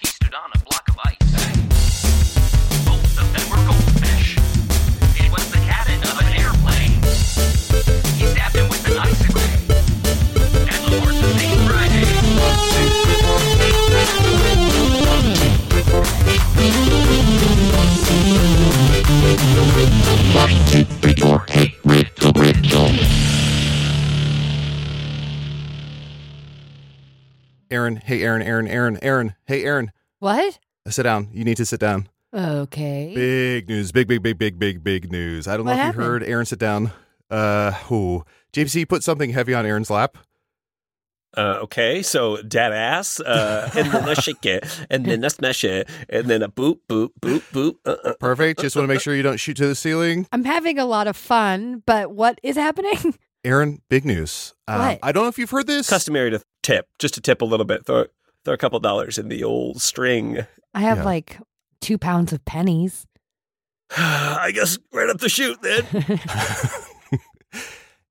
He stood on a block of ice. Both of them were goldfish. It was the cabin of an airplane. He stabbed him with an icicle. And the horses they Friday. Aaron, hey, Aaron, Aaron, Aaron, Aaron, hey, Aaron, What? sit down. You need to sit down. Okay. Big news, big, big, big, big, big, big news. I don't know What if happened? you heard. Aaron, sit down. Uh, who? JPC put something heavy on Aaron's lap. Uh, okay, so dead ass, uh, and then a shake it, and then a smash it, and then a boop, boop, boop, boop. Uh, uh. Perfect. Just want to make sure you don't shoot to the ceiling. I'm having a lot of fun, but what is happening? Aaron, big news. Uh, What? I don't know if you've heard this. Customary to tip, just to tip a little bit, throw, throw a couple dollars in the old string. I have Yeah. like two pounds of pennies. I guess right up the chute then.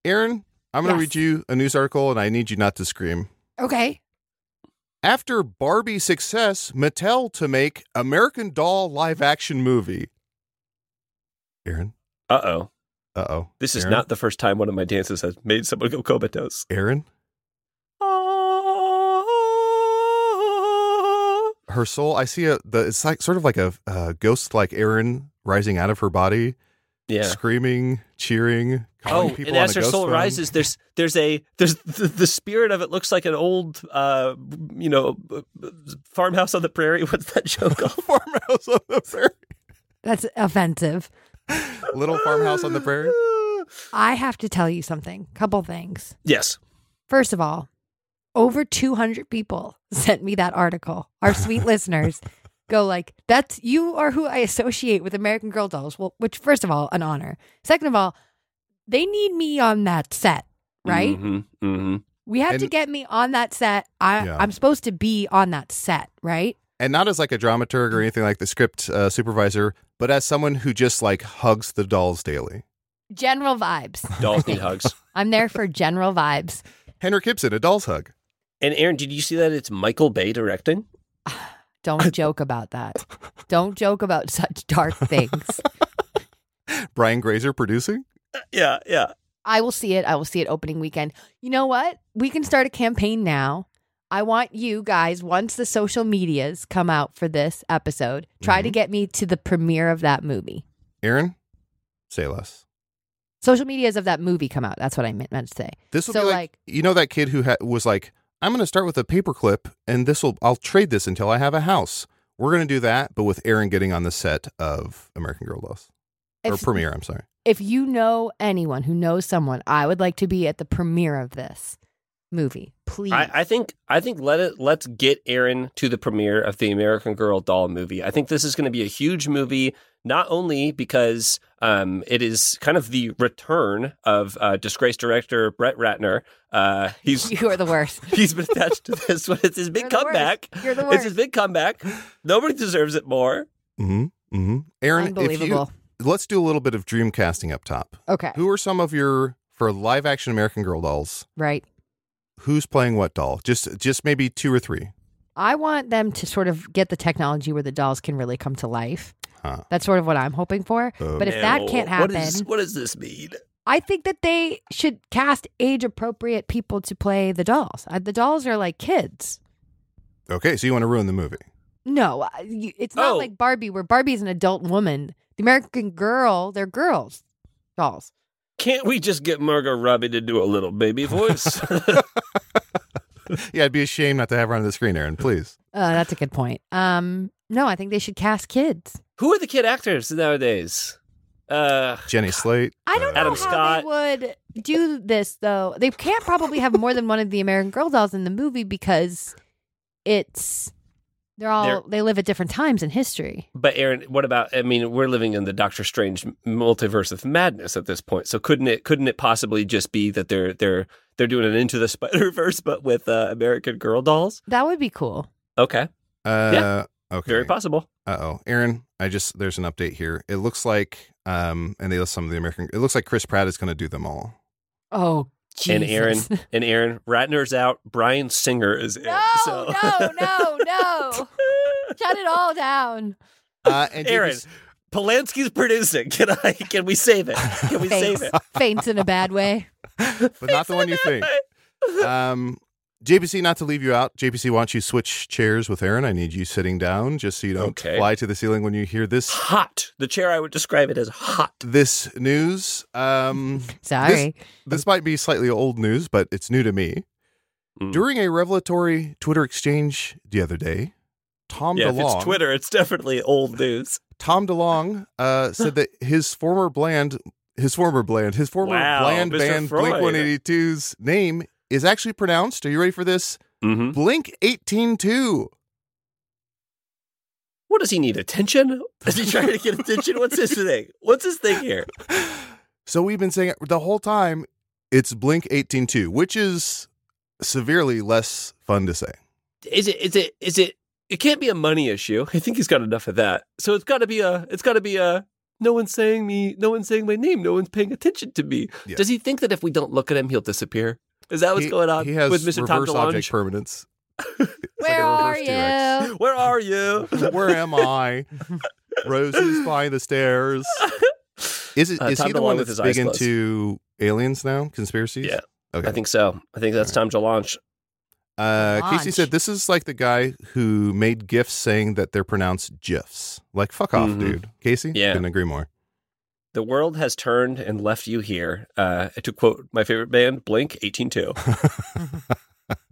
Aaron, I'm going to Yes. read you a news article and I need you not to scream. okay. After Barbie success, Mattel to make American Doll live action movie. Aaron, Uh oh, uh oh. this is not the first time one of my dances has made someone go comatose. Aaron, her soul. I see a the it's like sort of like a, uh ghost like Aaron rising out of her body, Yeah. screaming, screaming, cheering, calling oh, people and on as a her ghost soul phone. rises, there's there's a there's the, the spirit of it looks like an old uh you know uh, farmhouse on the prairie. What's that show called? farmhouse on the prairie. That's offensive. Little farmhouse on the prairie. I have to tell you something. Couple things. Yes. First of all, over 200 people sent me that article. Our sweet listeners go like, "That's you are who I associate with American Girl dolls." Well, which first of all, an honor. Second of all, they need me on that set, right? Mm-hmm. mm-hmm. We have to And- get me on that set. I, Yeah. I'm supposed to be on that set, right? And not as like a dramaturg or anything like the script uh, supervisor, but as someone who just like hugs the dolls daily. General vibes. Dolls need hugs. I'm there for general vibes. Henry Gibson, a doll's hug. And Aaron, did you see that it's Michael Bay directing? Don't joke about that. Don't joke about such dark things. Brian Grazer producing. Yeah, yeah. I will see it. I will see it opening weekend. You know what? We can start a campaign now. I want you guys, once the social medias come out for this episode, try Mm-hmm. to get me to the premiere of that movie. Aaron, say less. Social medias of that movie come out. That's what I meant, meant to say. This will So, be like, like- you know that kid who ha- was like, I'm going to start with a paperclip, and this will I'll trade this until I have a house. We're going to do that, but with Aaron getting on the set of American Girl Dolls or If- premiere. I'm sorry. if you know anyone who knows someone, I would like to be at the premiere of this movie. Please. I, I think I think let it let's get Aaron to the premiere of the American Girl doll movie. I think this is going to be a huge movie, not only because um, it is kind of the return of uh, disgraced director Brett Ratner. Uh, he's you are the worst. he's been attached to this one. It's his big You're the worst. comeback. You're the It's worst. his big comeback. Nobody deserves it more. Mm-hmm. Mm-hmm. Aaron, if you, Unbelievable. let's do a little bit of dream casting up top. Okay. Who are some of your for live action American Girl Dolls? Right. Who's playing what doll? Just just maybe two or three. I want them to sort of get the technology where the dolls can really come to life. Huh. That's sort of what I'm hoping for. Oh. But if that can't No. What happen, is- what does this mean? I think that they should cast age appropriate people to play the dolls. Uh, The dolls are like kids. Okay, so you want to ruin the movie? No, uh, you- it's not Oh. like Barbie, where Barbie is an adult woman. The American girl, they're girls, dolls. Can't we just get Margot Robbie to do a little baby voice? yeah, it'd be a shame not to have her on the screen, Aaron. Please. Uh, that's a good point. Um, no, I think they should cast kids. Who are the kid actors nowadays? Uh, Jenny Slate. I don't know Adam how Scott. they would do this though. They can't probably have more than one of the American Girl dolls in the movie because it's they're all They're- they live at different times in history. but Aaron, what about? I mean, we're living in the Doctor Strange multiverse of madness at this point. So couldn't it couldn't it possibly just be that they're they're they're doing an Into the Spider Verse, but with uh, American Girl dolls? That would be cool. Okay, Uh, Yeah. Okay. very possible. Uh oh, Aaron. I just there's an update here. It looks like um, and they list some of the American. It looks like Chris Pratt is going to do them all. Oh, Jesus. And Aaron and Aaron Ratner's out. Brian Singer is in. No, so. no, no, no. Shut it all down. Uh, and you Aaron, just- Polanski's producing. Can I? Can we save it? Can we Thanks. save it? Faints in a bad way. but not the one you think. Um, JPC, not to leave you out. JPC, why don't you switch chairs with Aaron? I need you sitting down just so you don't Okay. fly to the ceiling when you hear this Hot. The chair I would describe it as hot. this news. Um, Sorry. this might be slightly old news, but it's new to me. Mm. During a revelatory Twitter exchange the other day, Tom yeah, if DeLonge, it's Twitter, it's definitely old news. Tom DeLonge uh, said that his former bland, his former bland, his former Wow, bland Mr. band Freud. Blink 182's name is actually pronounced. Are you ready for this? Mm-hmm. Blink 182. What does he need? Attention? Is he trying to get attention? What's his thing? What's his thing here? So we've been saying it the whole time it's Blink 182, which is severely less fun to say. Is it? Is it? Is it? It can't be a money issue. I think he's got enough of that. So it's got to be a. It's got to be a. No one's saying me. No one's saying my name. No one's paying attention to me. Yeah. Does he think that if we don't look at him, he'll disappear? Is that what's He- going on He has with Mr. Tom reverse object DeLonge? permanence. Where are reverse T-Rex. you? Where are you? Where am I? Roses by the stairs. Is it? Uh, Is Tom he the one DeLonge with that's his eyes big closed. into aliens now? Conspiracies? Yeah. Okay. I think so. I think that's Tom DeLonge. uh, Casey Launch. said this is like the guy who made gifs saying that they're pronounced gifs. Like fuck off, Mhm. dude. Casey, Yeah. couldn't agree more. The world has turned and left you here. Uh, to quote my favorite band, Blink 182.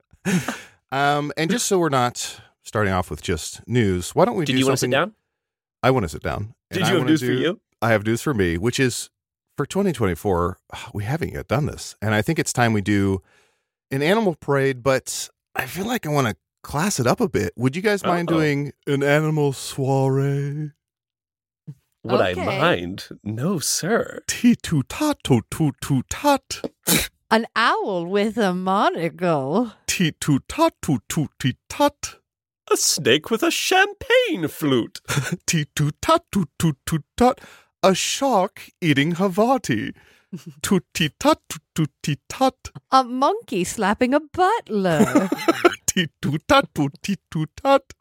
Um, and just so we're not starting off with just news, why don't we Did do you want to sit something- down? I want to sit down. And Did I you have wanna news for do- you? I have news for me, which is for 2024, we haven't yet done this. And I think it's time we do an animal parade, but I feel like I want to class it up a bit. Would you guys mind Oh. doing an animal soiree? Would Okay. I mind? No, sir. Tee too tot too too too tot. An owl with a monocle. Tee too tot too too tee tot. A snake with a champagne flute. Tee too tot too too too tot. A shark eating Havati. Too tee tot too too tee tot. A monkey slapping a butler. Tee too tot too tee too tot.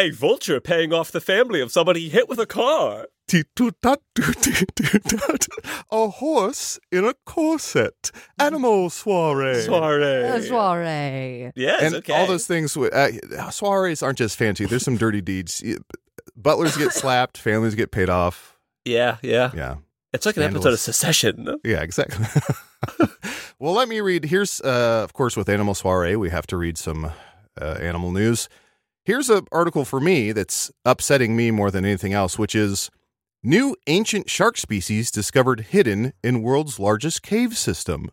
A vulture paying off the family of somebody he hit with a car. Tee-toot-tot, toot-toot-toot. A horse in a corset. Animal soiree. a Soiree. soiree. Yes, And okay. all those things. wi- Uh, soirees aren't just fancy. There's some dirty deeds. Butlers get slapped. Families get paid off. Yeah, yeah. Yeah. It's like an episode of Secession. Yeah, exactly. well, let me read. Here's, uh, of course, with Animal Soiree, we have to read some uh, animal news. Here's an article for me that's upsetting me more than anything else, which is new ancient shark species discovered hidden in world's largest cave system.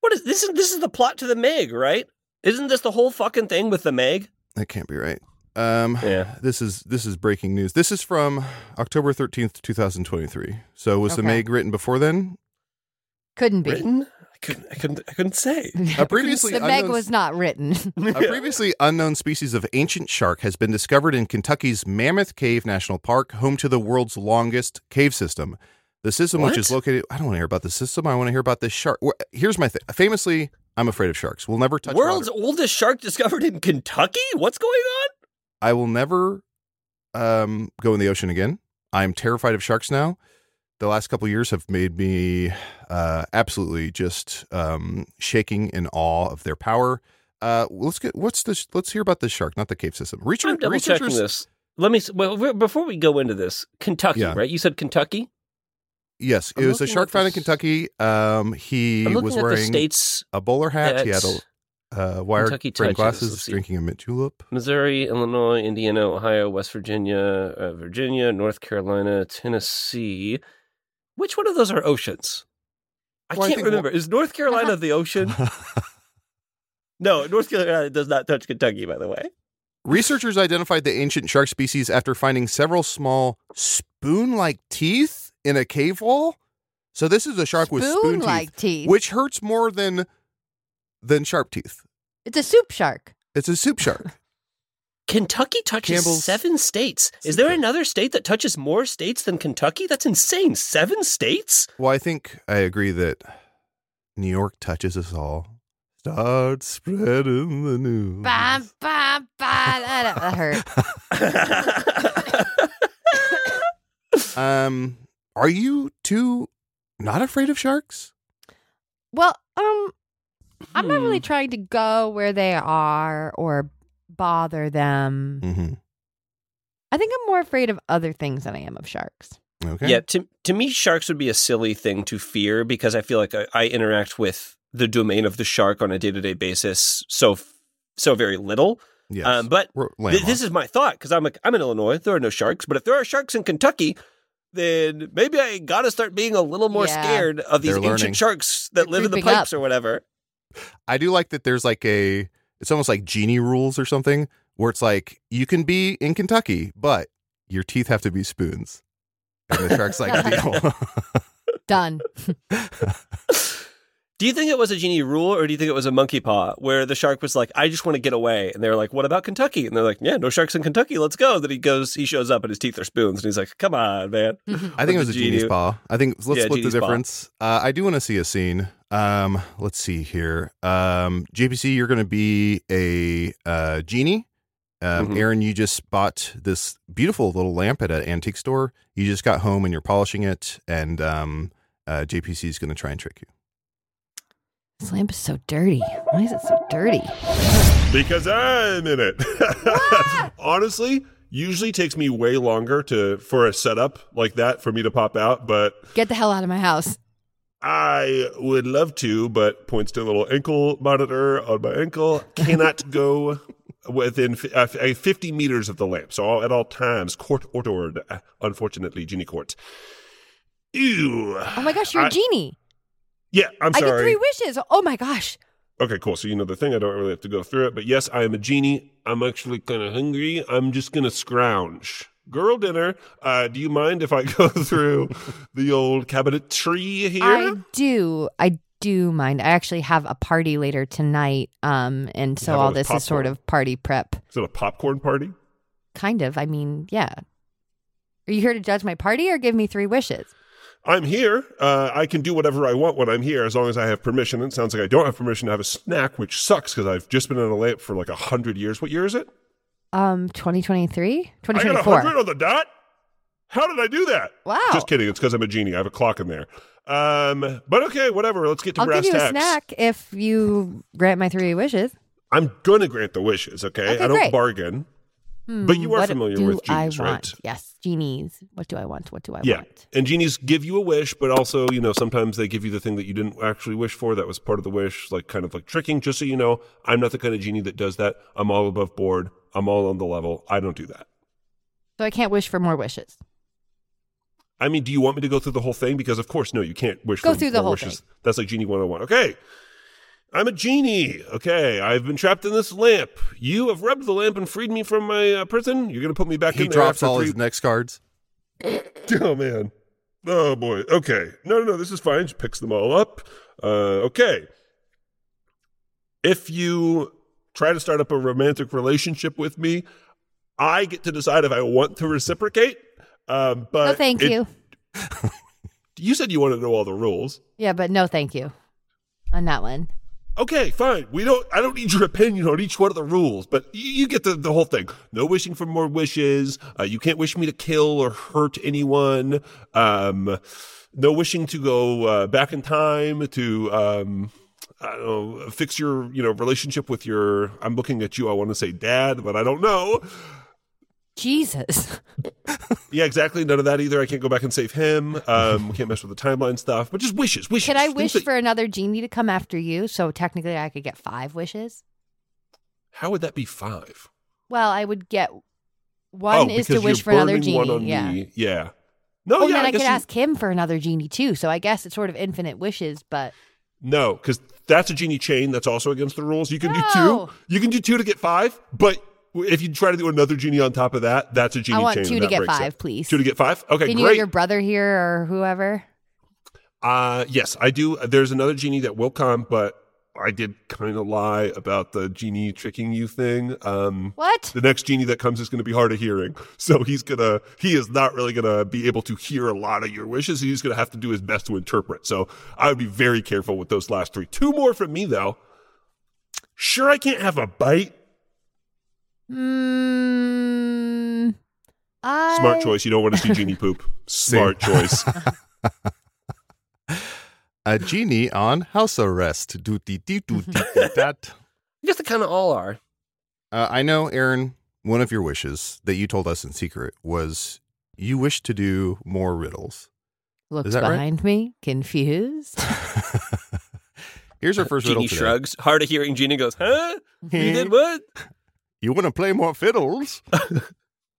What is this? Is this is the plot to the Meg, right? Isn't this the whole fucking thing with the Meg? That can't be right. Um, Yeah. This is this is breaking news. This is from October thirteenth, two thousand twenty-three. So was the Okay. Meg written before then? Couldn't be. Written? I couldn't. I couldn't. I couldn't say. A previously the Meg unknown- was not written. A previously unknown species of ancient shark has been discovered in Kentucky's Mammoth Cave National Park, home to the world's longest cave system. The system, which is What? located, I don't want to hear about the system. I want to hear about this shark. Wh- Here's my thing. Famously, I'm afraid of sharks. We'll never touch World's Water. oldest shark discovered in Kentucky? What's going on? I will never um, go in the ocean again. I'm terrified of sharks now. The last couple years have made me uh, absolutely just um, shaking in awe of their power. Uh, let's get what's this? Let's hear about this shark, not the cave system. Research- I'm double checking researchers- this. Let me. s- Well, we- before we go into this, Kentucky, Yeah. right? You said Kentucky. Yes, it I'm was a looking shark at found in this- Kentucky. Um, he I'm looking was at the wearing states. a bowler hat. He had that- a, uh, wire Kentucky frame Tide glasses, Chickens, let's see. drinking a mint julep. Missouri, Illinois, Indiana, Ohio, West Virginia, uh, Virginia, North Carolina, Tennessee. Which one of those are oceans? I Well, I can't think remember. Is North Carolina the ocean? No, North Carolina does not touch Kentucky, by the way. Researchers identified the ancient shark species after finding several small spoon-like teeth in a cave wall. So this is a shark with spoon teeth, like teeth. which hurts more than than sharp teeth. It's a soup shark. It's a soup shark. Kentucky touches Campbell's- seven states. Is there another state that touches more states than Kentucky? That's insane. Seven states? Well, I think I agree that New York touches us all. Start spreading the news. Bam, bam, bam. That, that hurt. Um, are you two not afraid of sharks? Well, um, I'm not Hmm. really trying to go where they are or bother them. Mm-hmm. I think I'm more afraid of other things than I am of sharks. Okay. Yeah, to, to me, sharks would be a silly thing to fear because I feel like I, I interact with the domain of the shark on a day to day basis so f- so very little. Yes. Um, but We're Th- landlocked. this is my thought because I'm like I'm in Illinois. There are no sharks, but if there are sharks in Kentucky, then maybe I gotta start being a little more Yeah. scared of these They're ancient learning. sharks that They're live in the creeping pipes up. or whatever. I do like that there's like a it's almost like genie rules or something where it's like you can be in Kentucky, but your teeth have to be spoons. And the shark's like deal. Done. Do you think it was a genie rule or do you think it was a monkey paw where the shark was like, I just want to get away? And they're like, What about Kentucky? And they're like, Yeah, no sharks in Kentucky. Let's go. Then he goes, he shows up and his teeth are spoons. And he's like, Come on, man. I think it was With the a genie's genie. paw. I think let's Yeah, split the genie's paw. difference. Uh, I do want to see a scene. Um, let's see here. Um, JPC, you're going to be a uh, genie. Um, Mhm. Aaron, you just bought this beautiful little lamp at an antique store. You just got home and you're polishing it, and um, uh, JPC is going to try and trick you. This lamp is so dirty. Why is it so dirty? Because I'm in it. Honestly, usually takes me way longer to for a setup like that for me to pop out, but Get the hell out of my house. I would love to, but points to a little ankle monitor on my ankle. Cannot go within fi- uh, f- uh, 50 meters of the lamp. So all, at all times, court ordered, uh, unfortunately, genie court. Ew. Oh my gosh, you're a I- genie. Yeah, I'm I get sorry. three wishes. Oh my gosh. Okay, cool. So you know the thing. I don't really have to go through it. But yes, I am a genie. I'm actually kind of hungry. I'm just going to scrounge. Girl dinner. Uh, do you mind if I go through the old cabinet tree here? I do. I do mind. I actually have a party later tonight. Um, and so have all all the this is sort popcorn. of party prep. Is it a popcorn party? Kind of. I mean, yeah. Are you here to judge my party or give me three wishes? I'm here. Uh, I can do whatever I want when I'm here as long as I have permission. It sounds like I don't have permission to have a snack, which sucks because I've just been in a lamp for like a hundred years. What year is it? Um, 2023? I got a 2024. hundred on the dot. How did I do that? Wow. Just kidding. It's because I'm a genie. I have a clock in there. Um, but okay, whatever. Let's get to I'll brass give you a tacks. snack if you grant my three wishes. I'm gonna grant the wishes. Okay, Okay, I don't great. bargain. But you Hmm, are What familiar do with I genies, want? right? Yes, genies. What do I want? What do I yeah, want? and genies give you a wish, but also you know sometimes they give you the thing that you didn't actually wish for. That was part of the wish, like kind of like tricking. Just so you know, I'm not the kind of genie that does that. I'm all above board. I'm all on the level. I don't do that. So I can't wish for more wishes. I mean, do you want me to go through the whole thing? Because of course, no, you can't wish Go for through the more whole wishes. thing. That's like genie 101. Okay. I'm a genie. Okay, I've been trapped in this lamp. You have rubbed the lamp and freed me from my uh, prison. You're gonna put me back He in there drops after all three- his next cards. Oh man. Oh boy. Okay. No, no, no. This is fine. She picks them all up. Uh, okay. If you try to start up a romantic relationship with me, I get to decide if I want to reciprocate. Um, but no, thank it- you. You said you wanted to know all the rules. Yeah, but no, thank you on that one. Okay, fine. We don't. I don't need your opinion on each one of the rules, but you, you get the, the whole thing. No wishing for more wishes. Uh, you can't wish me to kill or hurt anyone. Um, no wishing to go uh, back in time to um, I don't know, fix your you know relationship with your. I'm looking at you. I want to say dad, but I don't know. Jesus. Yeah, exactly. None of that either. I can't go back and save him. Um, we can't mess with the timeline stuff, but just wishes, wishes. Could I Things wish that- for another genie to come after you? So technically, I could get five wishes. How would that be five? Well, I would get one oh, is to because wish you're for another burning one genie. on Yeah. me. Yeah. No, Oh, yeah. then I, guess could you- ask him for another genie too. So I guess it's sort of infinite wishes, but No, because that's a genie chain. That's also against the rules. You can No. do two. You can do two to get five, but if you try to do another genie on top of that, that's a genie I want chain. two and to that get breaks it. five, please. Two to get five. Okay, Can you great. get your brother here or whoever? Uh yes, I do. There's another genie that will come, but I did kind of lie about the genie tricking you thing. Um What? the next genie that comes is going to be hard of hearing. So he's going to he is not really going to be able to hear a lot of your wishes. He's going to have to do his best to interpret. So I would be very careful with those last three. Two more from me though. Sure I can't have a bite. Mm, I... Smart choice. You don't want to see genie poop. Smart choice. A genie on house arrest. Dooty dee dooty dee dat. I guess they kind of all are. Uh, I know, Aaron, one of your wishes that you told us in secret was you wish to do more riddles. Looks that right? behind me, confused. Here's Uh, our first riddle Genie today. shrugs. Hard of hearing Genie goes, huh? You did what? You want to play more fiddles?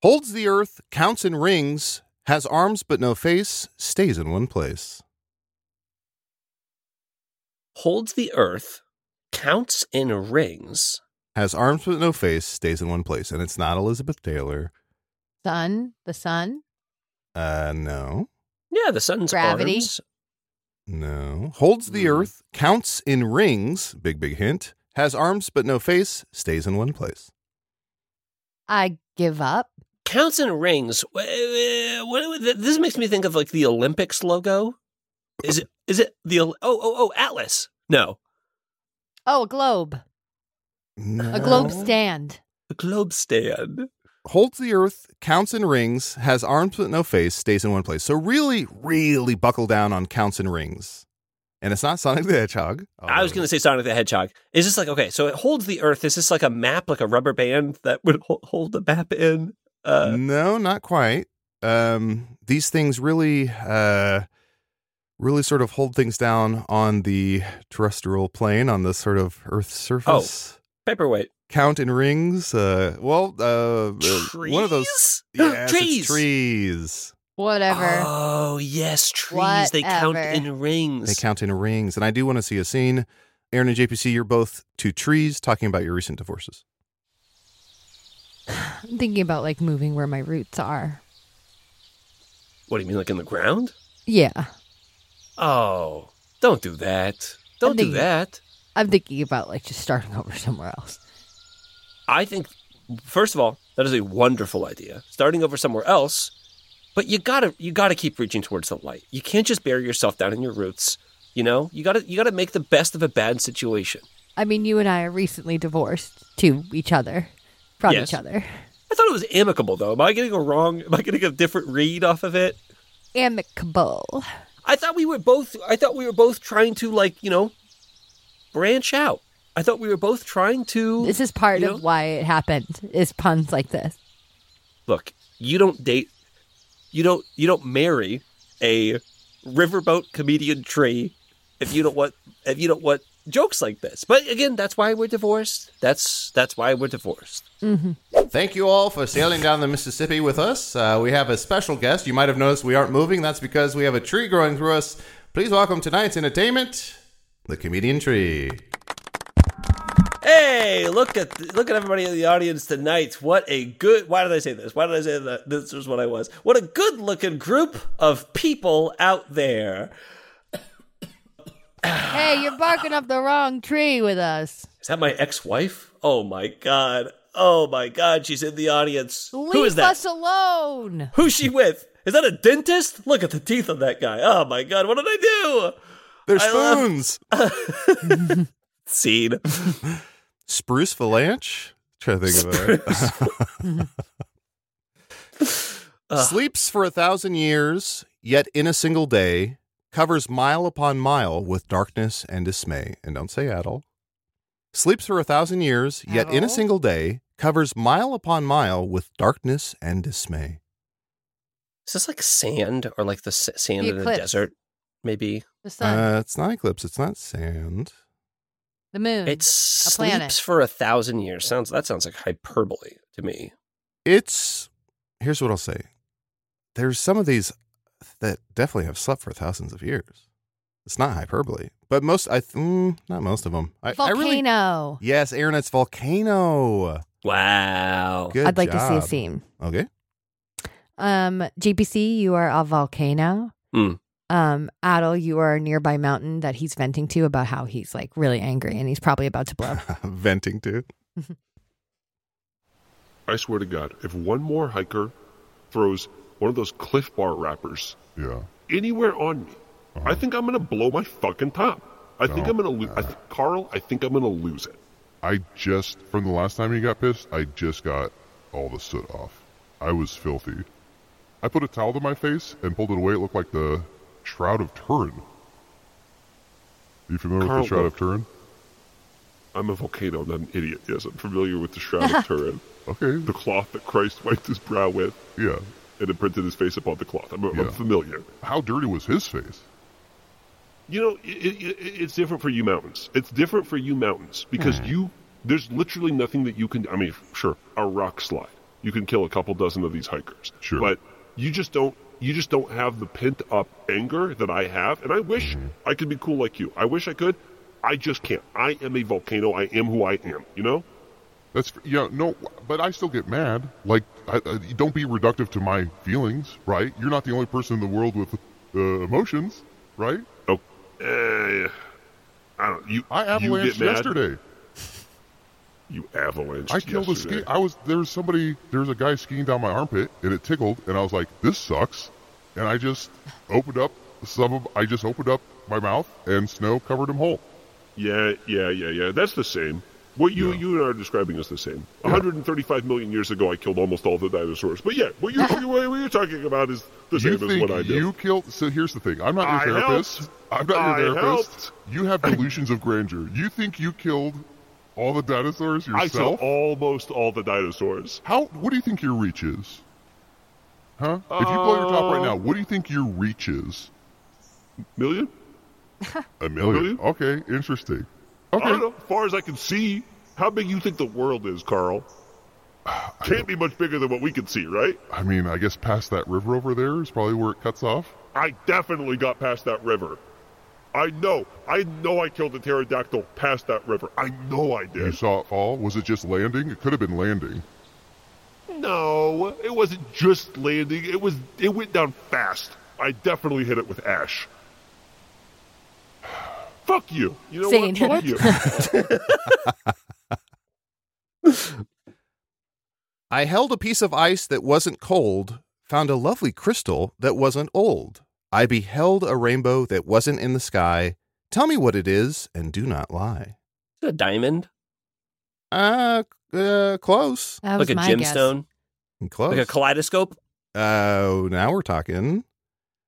Holds the earth, counts in rings, has arms but no face, stays in one place. Holds the earth, counts in rings. Has arms but no face, stays in one place. And it's not Elizabeth Taylor. Sun, the sun. Uh, no, Yeah, the sun's Gravity. arms. no. Holds the Hmm. earth, counts in rings, big, big hint. Has arms but no face, stays in one place. I give up. Counts in rings. Wh- wh- what- th- This makes me think of like the Olympics logo. Is it? Is it the? Ol- Oh, oh, oh, Atlas. No, Oh, a globe. A No. globe Oh. stand. the globe stand. holds the earth, counts in rings, has arms but no face, stays in one place. So really, really buckle down on counts and rings. And it's not Sonic the Hedgehog. I was going to say Sonic the Hedgehog. Is this like okay? So it holds the Earth. Is this like a map, like a rubber band that would ho- hold the map in? Uh, no, not quite. Um, these things really, uh, really sort of hold things down on the terrestrial plane, on the sort of Earth's Oh, surface. paperweight. Count in rings. Uh, well, uh, uh, Trees. one of those yes, it's trees. trees. Whatever. Oh yes, trees. They count Whatever. in rings. They count in rings. And I do want to see a scene. Aaron and JPC, you're both two trees talking about your recent divorces. I'm thinking about like moving where my roots are. What do you mean, like in the ground? Yeah. Oh, don't do that. Don't do think- that. I'm thinking about like just starting over somewhere else. I think, first of all, that is a wonderful idea. Starting over somewhere else, but you gotta you gotta keep reaching towards the light. You can't just bury yourself down in your roots. You know, you gotta you gotta make the best of a bad situation. I mean, you and I are recently divorced to each other, from Yes. each other, I thought it was amicable though. Am I getting a wrong? Am I getting a different read off of it? amicable. I thought we were both. I thought we were both trying to like you know, branch out. I thought we were both trying to. This is part You of know- why it happened. Is puns like this? look, you don't date, you don't you don't marry a riverboat comedian tree if you don't want if you don't want jokes like this. But again, that's why we're divorced. That's that's why we're divorced. Thank you all for sailing down the Mississippi with us. Uh, we have a special guest. You might have noticed we aren't moving. That's because we have a tree growing through us. Please welcome tonight's entertainment, the comedian tree. Hey, look at look at everybody in the audience tonight. What a good why did I say this? Why did I say that? This is what I was. What a good-looking group of people out there. Hey, you're barking up the wrong tree with us. Is that my ex-wife? Oh my god. Oh my god, she's in the audience. Leave Who is that? us alone. Who's she with? Is that a dentist? Look at the teeth on that guy. Oh my god, what did I do? There's I love- spoons. Scene. Spruce phalange. Try to think of it. Sleeps for a thousand years, yet in a single day, covers mile upon mile with darkness and dismay. And don't say Adel. Sleeps for a thousand years, yet in a Adel? single day, covers mile upon mile with darkness and dismay. Is this like sand or like the s- sand The in eclipse. the desert? Maybe The sun, Uh, it's not eclipse. It's not sand. the moon. it sleeps Mm. planet. for a thousand years. Sounds that sounds like hyperbole to me. It's here's what I'll say. There's some of these that definitely have slept for thousands of years. It's not hyperbole, but most I th- mm, not most of them. I, I volcano. really yes, Aaron. It's volcano. Wow. Good. I'd like to see a job. scene. Okay. Um, GPC, you are a volcano. Mm. Um, Adel, you are a nearby mountain that he's venting to about how he's like really angry and he's probably about to blow. Venting to. I swear to God, if one more hiker throws one of those Cliff Bar wrappers Yeah. anywhere on me, I think I'm gonna blow my fucking top. I think No. I'm gonna lose. I th- Carl, I think I'm gonna lose it. I just, from the last time you got pissed, I just got all the soot off. I was filthy. I put a towel to my face and pulled it away. It looked like the Shroud of Turin. You familiar with Carl, the Shroud look. of Turin? I'm a volcano. I'm not an idiot. Yes, I'm familiar with the Shroud of Turin, Okay. the cloth that Christ wiped his brow with Yeah. and imprinted his face upon the cloth. I'm, Yeah. I'm familiar. How dirty was his face? You know, i i i it's different for you mountains. It's different for you mountains because you there's literally nothing that you can. I mean, sure, a rock slide you can kill a couple dozen of these hikers. Sure. but you just don't. You just don't have the pent up anger that I have, and I wish Mm-hmm. I could be cool like you. I wish I could. I just can't. I am a volcano. I am who I am. You know. That's yeah, no, but I still get mad. Like, I, I, don't be reductive to my feelings, right? You're not the only person in the world with uh, emotions, right? Oh, eh, I don't. You. I you avalanched get mad. yesterday. You avalanche. I killed a ski. I was there was somebody there was a guy skiing down my armpit and it tickled and I was like, this sucks, and I just opened up some of I just opened up my mouth and snow covered him whole. Yeah, yeah, yeah, yeah. That's the same. What you Yeah. you and I are describing is the same. 135 million years ago, I killed almost all the dinosaurs. But yeah, what you what you're talking about is the You same as think what I did. you killed? So here's the thing. I'm not your I therapist. helped. I'm not your I therapist. helped. You have delusions of grandeur. You think you killed all the dinosaurs I killed yourself? almost all the dinosaurs. How? What do you think your reach is? Huh? if you blow your top right Uh, now, what do you think your reach is? Million? A million. million? Okay, interesting. I Okay, don't know. As far as I can see, how big you think the world is, Carl? Can't be much bigger than what we can see, right? I mean, I guess past that river over there is probably where it cuts off. I definitely got past that river. I know. I know I killed a pterodactyl past that river. I know I You did. saw it fall. Was it just landing? It could have been landing. No, it wasn't just landing. It was it went down fast. I definitely hit it with ash. Fuck you. You know Zane. what? Fuck What? you. I held a piece of ice that wasn't cold, found a lovely crystal that wasn't old. I beheld a rainbow that wasn't in the sky. Tell me what it is and do not lie. Is it a diamond? Uh, uh close. That was like a my guess. gemstone? Close. Like a kaleidoscope? Oh, now we're talking.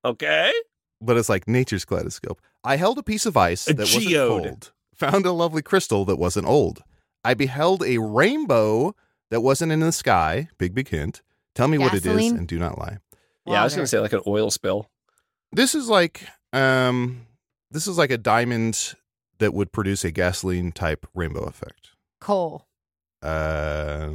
Okay. But it's like nature's kaleidoscope. I held a piece of ice A that geode. wasn't cold, found a lovely crystal that wasn't old. I beheld a rainbow that wasn't in the sky. Big, big hint. Tell me what it is Gasoline? and do not lie. Yeah, I was Water. going to say like an oil spill. This is like, um, this is like a diamond that would produce a gasoline type rainbow effect. coal. Uh,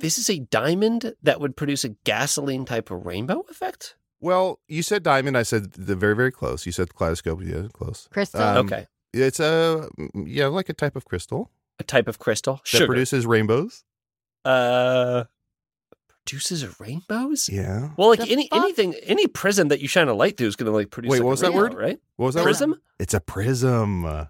This is a diamond that would produce a gasoline type of rainbow effect? well, you said diamond. I said the very, very close. You said kaleidoscope. Yeah, close. Crystal. Um, okay. It's a yeah, like a type of crystal A type of crystal? that Sugar. produces rainbows. uh, produces rainbows? Yeah. Well, like The any fuck? anything, any prism that you shine a light through is going to like produce. Wait, like, what a was that rainbow, word? Right? What was that? Prism? prism? It's a prism. oh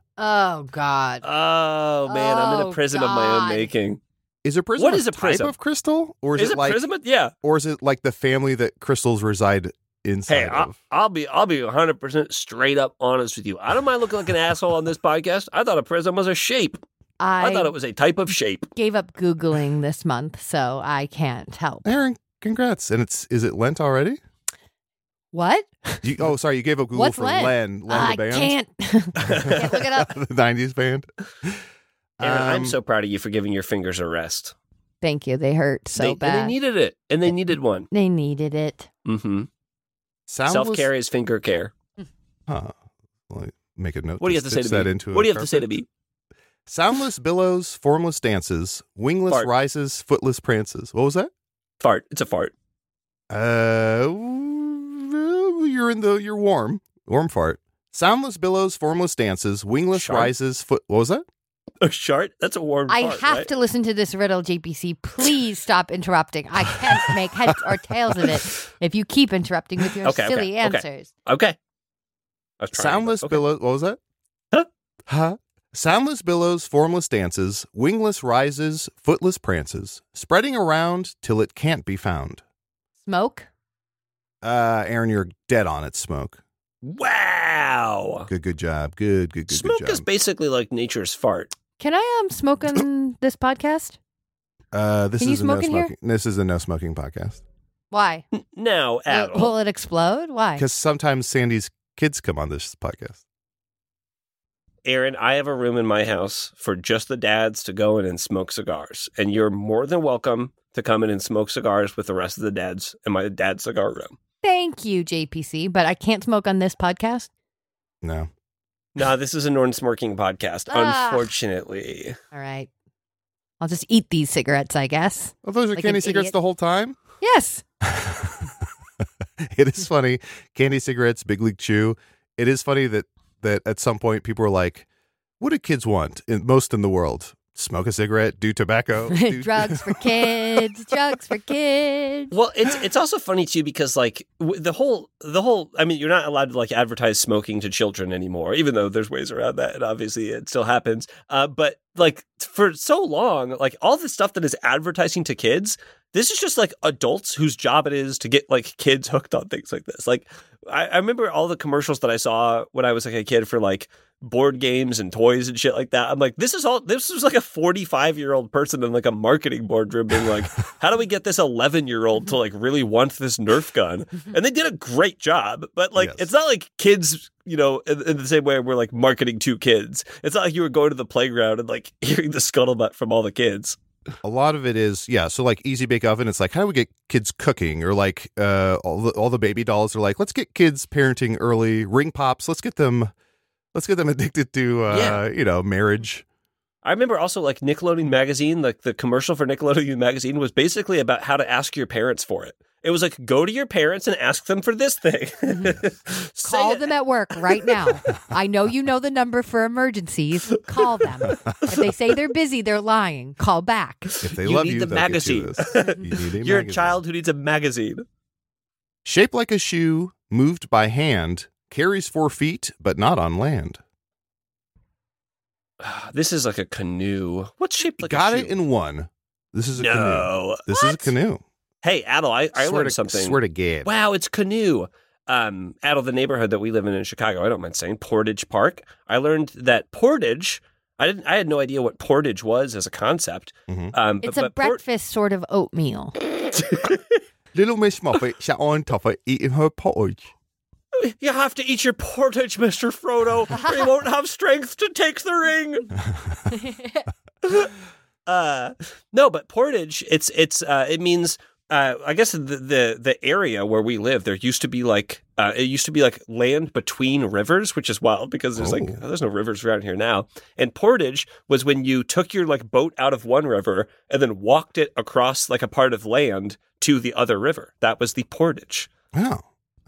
God. Oh man, I'm in a Oh, prism of my own God. making. Is a prism What is a type prism? of crystal, or is, Is it, it like, prism? Yeah. or is it like the family that crystals reside inside Hey, I, of? I'll be I'll be 100 percent straight up honest with you. I don't mind looking like an asshole on this podcast. I thought a prism was a shape. I, I, thought it was a type of shape. gave up googling this month, so I can't help. Aaron, congrats! And it's is it Lent already? What? You, oh, sorry, you gave up Google What's for Lent? Len. Len I the band. can't. can't look it up. the '90s band. Aaron, I'm Um, so proud of you for giving your fingers a rest. Thank you. They hurt so they, and bad. they needed it, and they needed one. They needed it. hmm Sal was- Self care is finger care. Huh. Let me make a note. What do you have to say stitch to that me? into What do a you have to say to carpet. me? Soundless billows, formless dances, wingless Fart. rises, footless prances. What was that? Fart. It's a fart. Uh, ooh, you're in the you're warm, warm fart. Soundless billows, formless dances, wingless Sharp. rises, foot. What was that? A shart. That's a warm. I fart, have right? to listen to this riddle, JPC. Please stop interrupting. I can't make heads or tails of it if you keep interrupting with your Okay, okay, silly okay. answers. Okay. I was trying, but- Soundless okay. billows. What was that? Huh? Huh? Soundless billows, formless dances, wingless rises, footless prances, spreading around till it can't be found. Smoke? Uh, Aaron, you're dead on it. Smoke. Wow. Good, good job. Good, good, good, Oh. Smoke good is job. basically like nature's fart. Can I um smoke on this podcast? uh, this Can you is a no smoke in here? smoking. This is a no smoking podcast Why? N- uh, No, at Will, all. will it explode? Why? because sometimes Sandy's kids come on this podcast. Aaron, I have a room in my house for just the dads to go in and smoke cigars, and you're more than welcome to come in and smoke cigars with the rest of the dads in my dad's cigar room. Thank you, JPC, but I can't smoke on this podcast. No, No, this is a non-smoking podcast, Ah. unfortunately. All right. I'll just eat these cigarettes, I guess. well, Oh, those are Like candy an cigarettes idiot. the whole time. Yes. it is funny. Candy cigarettes, Big League Chew. It is funny that that at some point people were like, "What do kids want?" In, most in the world, smoke a cigarette, do tobacco, do- drugs for kids. drugs for kids. Well, it's it's also funny too because like w- the whole the whole I mean you're not allowed to like advertise smoking to children anymore, even though there's ways around that, and obviously it still happens. Uh, but like for so long, like all the stuff that is advertising to kids, this is just like adults whose job it is to get like kids hooked on things like this. Like I, I remember all the commercials that I saw when I was like a kid for like board games and toys and shit like that. I'm like, this is all this was like a 45 year old person in like a marketing boardroom being like, how do we get this 11 year old to like really want this Nerf gun? And they did a great job, but like Yes. it's not like kids, you know, in, in the same way we're like marketing to kids. It's not like you were going to the playground and like hearing the scuttlebutt from all the kids. a lot of it is yeah so like easy bake oven it's like how do we get kids cooking or like uh all the, all the baby dolls are like let's get kids parenting early ring pops let's get them let's get them addicted to uh Yeah. you know marriage I remember also like Nickelodeon magazine, like the commercial for Nickelodeon magazine was basically about how to ask your parents for it. It was like go to your parents and ask them for this thing. Say Call it. them at work right now. I know you know the number for emergencies. Call them. If they say they're busy, they're lying. Call back. if they You love need you the they'll get you magazine. this. You need a You're a magazine. child who needs a magazine. shaped like a shoe moved by hand carries four feet but not on land This is like a canoe. What's shaped like got a it shoe? in one this is a canoe no. this is a canoe Hey, Adel, I, I swear learned to, something. swear to god Wow, it's canoe. Um, out of the neighborhood that we live in in Chicago, I don't mind saying Portage Park. I learned that Portage. I didn't. I had no idea what Portage was as a concept. Mhm. Um, It's but- a but Port- breakfast sort of oatmeal. little miss muffet sat on top of eating her porridge You have to eat your portage, Mister Frodo, or you won't have strength to take the ring. uh, no, but portage. It's it's uh, it means. Uh, I guess the, the the area where we live, there used to be like uh, it used to be like land between rivers, which is wild because there's like Oh. there's no rivers around here now. And portage was when you took your like boat out of one river and then walked it across like a part of land to the other river. That was the portage. wow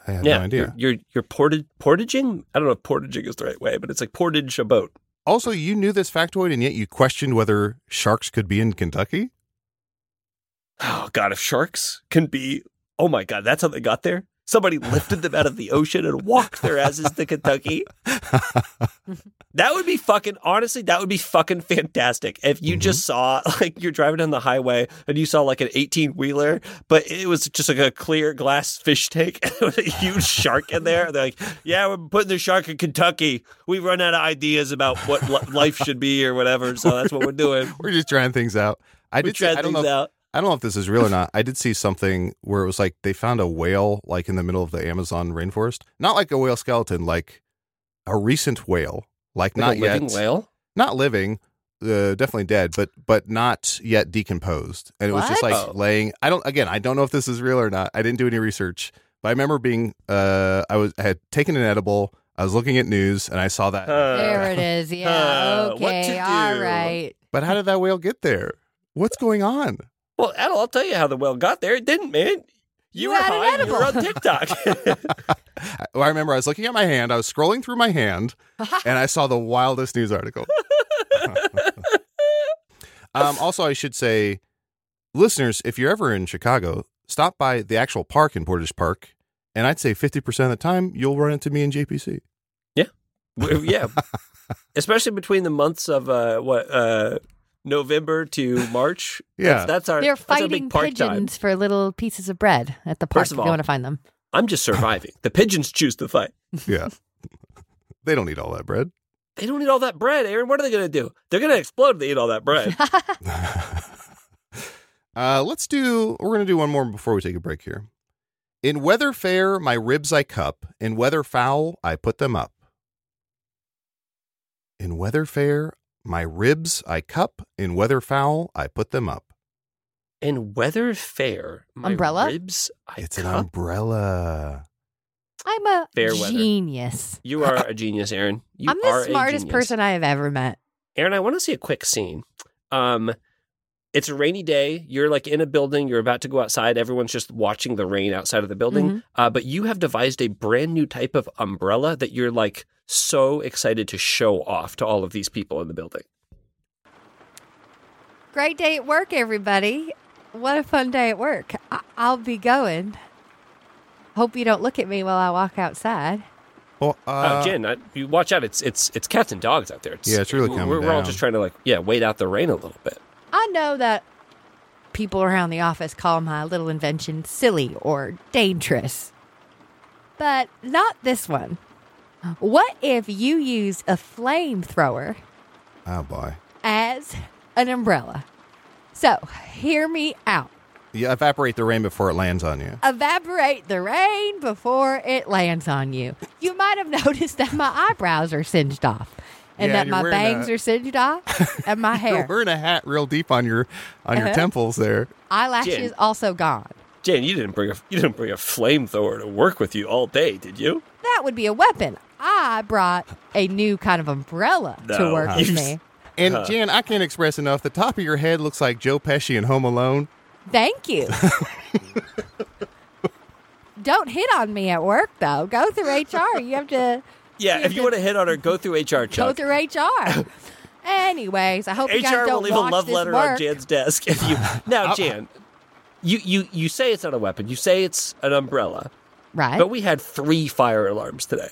i had no idea You're, you're you're portage portaging. I don't know if portaging is the right way, but it's like portage a boat. Also, you knew this factoid and yet you questioned whether sharks could be in Kentucky? Oh god, if sharks can be oh my god, that's how they got there? Somebody lifted them out of the ocean and walked their asses to Kentucky. That would be fucking honestly, that would be fucking fantastic. If Mm-hmm. you just saw like you're driving down the highway and you saw like an 18 wheeler, but it was just like a clear glass fish tank with a huge shark in there. They're like, yeah, we're putting the shark in Kentucky. We've run out of ideas about what li- life should be or whatever, so that's what we're doing. We're just trying things out. I Um, We're did. See, I trying don't things know. If, out. I don't know if this is real or not. I did see something where it was like they found a whale like in the middle of the Amazon rainforest. Not like a whale skeleton, like a recent whale, like, Like not a yet, living whale. not living, uh, definitely dead, but but not yet decomposed. And it was just What? like Oh. laying. I don't. Again, I don't know if this is real or not. I didn't do any research, But I remember being uh, I was I had taken an edible. I was looking at news and I saw that. Huh. There it is. Yeah. Uh, what to okay. do? All right. but how did that whale get there? What's going on? Well, Adel, I'll tell you how the whale got there. It didn't, man. You, You were had an high. and You were on edible. TikTok. I, I remember I was looking at my hand. I was scrolling through my hand, and I saw the wildest news article. um, also, I should say, listeners, if you're ever in Chicago, stop by the actual park in Portage Park, and I'd say 50% of the time you'll run into me in JPC. Well, yeah, especially between the months of uh, what uh, November to March. Yeah. that's, that's our They're that's our fighting big park pigeons Time. for little pieces of bread at the park First if of you all- want to find them. I'm just surviving. the pigeons choose to fight. Yeah. they don't eat all that bread. They don't eat all that bread, Aaron. What are they going to do? They're going to explode. If they eat all that bread. Uh, let's do, we're going to do one more before we take a break here. In weather fair, my ribs I cup. In weather foul, I put them up. In weather fair, my ribs I cup. In weather foul, I put them up. In weather fair, my Umbrella? ribs. I It's an um cup. umbrella. I'm a Fair weather. genius. You are a genius, Aaron. You I'm are the a smartest genius. person I have ever met. Aaron, I want to see a quick scene. Um, it's a rainy day. You're like in a building. You're about to go outside. Everyone's just watching the rain outside of the building. Mhm. Uh, but you have devised a brand new type of umbrella that you're like so excited to show off to all of these people in the building. Great day at work, everybody. What a fun day at work. I- I'll be going. Hope you don't look at me while I walk outside. Well, Uh, uh, Jen, I, you watch out. It's it's it's cats and dogs out there. It's, Yeah, it's really coming We're, we're all down. just trying to like yeah wait out the rain a little bit. I know that people around the office call my little invention silly or dangerous, but not this one. What if you used a flamethrower oh boy. as an umbrella? So, hear me out. You evaporate the rain before it lands on you. Evaporate the rain before it lands on you. You might have noticed that my eyebrows are singed off, and Yeah, that you're my wearing bangs a- are singed off, and my You're hair, wearing a hat real deep on your on your Uh-huh. temples there. eyelashes Jen. also gone. Jen, you didn't bring a you didn't bring a flamethrower to work with you all day, did you? That would be a weapon. I brought a new kind of umbrella No. to work with You- me. And Uh-huh. Jan, I can't express enough. The top of your head looks like Joe Pesci in Home Alone. Thank you. Don't hit on me at work, though. Go through HR. You have to Yeah, if you want to hit on her, go through HR. Chuck. go through HR. Anyways, I hope you guys HR will don't leave a watch love this letter on work. Jan's desk if you now Jan. You, you you say it's not a weapon. You say it's an umbrella. Right? But we had three fire alarms today,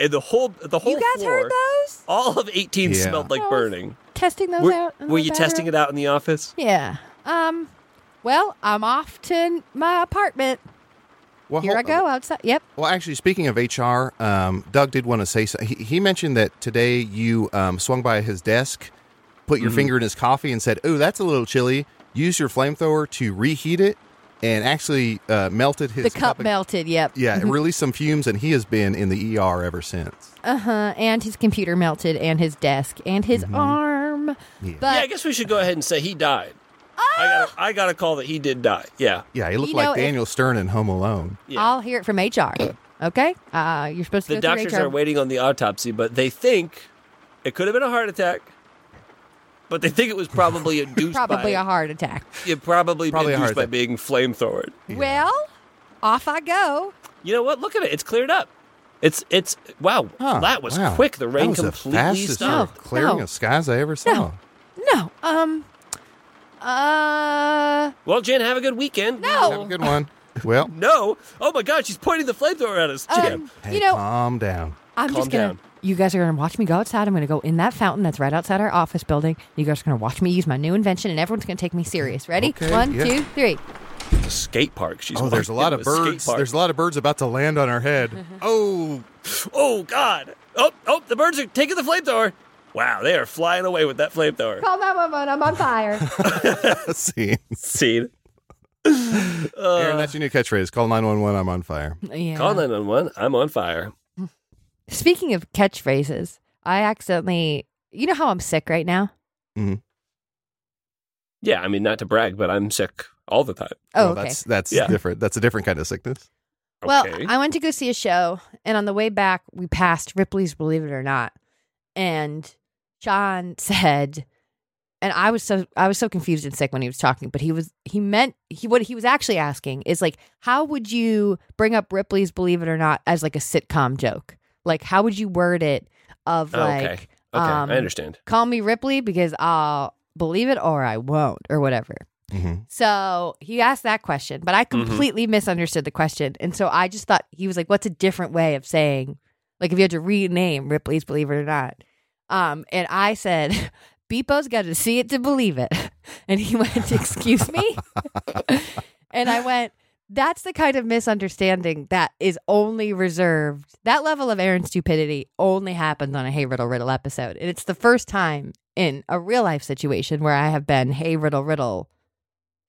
and the whole the whole you guys floor, heard those? all of eighteen Yeah. smelled like Oh, burning. Testing those Were, out. in were the you testing bedroom? it out in the office? Yeah. Um. Well, I'm off to my apartment. Well, Here hol- I go outside. Yep. Well, actually, speaking of HR, um, Doug did want to say so. He, he mentioned that today you um, swung by his desk, put Mm-hmm. your finger in his coffee, and said, "Oh, that's a little chilly." Use your flamethrower to reheat it, and actually uh, melted his The cup of- melted. Yep. Yeah, it released some fumes, and he has been in the ER ever since. Uh huh. And his computer melted, and his desk, and his Mm-hmm. arm. yeah, I But guess we should go ahead and say he died. I Ah! got I got a call that he did die. Yeah, Yeah, he looked You like know, if- Daniel Stern in Home Alone. yeah. I'll hear it from HR. Okay. Uh, you're supposed to the go through doctors HR. are waiting on the autopsy, but they think it could have been a heart attack. But they think it was probably induced by Probably a heart attack. you Probably probably, probably a induced heart by attack. being flamethrowered. Well, off I go. You know what? Look at it. It's cleared up. It's it's wow. Huh, that was wow. quick. The That rain was completely the fastest stopped. clearing No. of skies I ever saw. No. Um. Uh. Well, Jan, have a good weekend. Have a No. good one. Well, No. Oh my God, she's pointing the flamethrower at us, Jan. Um, hey, you know, calm down. I'm Calm just gonna. down. You guys are gonna watch me go outside. I'm gonna go in that fountain that's right outside our office building. You guys are gonna watch me use my new invention, and everyone's gonna take me serious. Ready? Okay, One, yeah. two, three. the skate park. She's Oh, there's a lot of walking to skate birds. park. There's a lot of birds about to land on our head. oh, oh God. Oh oh, the birds are taking the flamethrower. Wow, they are flying away with that flamethrower. Call 911. I'm on fire. see, Scene. Uh. Aaron, that's your new catchphrase. Call nine one one. I'm on fire. yeah. Call nine one one. I'm on fire. Speaking of catchphrases, I accidentally. You know how I'm sick right now. Yeah, I mean not to brag, but I'm sick all the time. Oh, Well, okay. that's that's Yeah. different. That's a different kind of sickness. Well, Okay. I went to go see a show, and on the way back, we passed Ripley's Believe It or Not, and John said, and I was so I was so confused and sick when he was talking, but he was he meant he what he was actually asking is like, how would you bring up Ripley's Believe It or Not as like a sitcom joke? Like, how would you word it? Of Oh, like, okay. Okay. um, I understand. call me Ripley because I'll believe it or I won't or whatever. Mhm. So he asked that question, but I completely misunderstood the question. And so I just thought he was like, what's a different way of saying, like, if you had to rename Ripley's Believe It or Not? Um, and I said, Beepo's got to see it to believe it. And he went, Excuse me? and I went, That's the kind of misunderstanding that is only reserved. That level of errant stupidity only happens on a Hey Riddle Riddle episode. And it's the first time in a real life situation where I have been Hey Riddle Riddle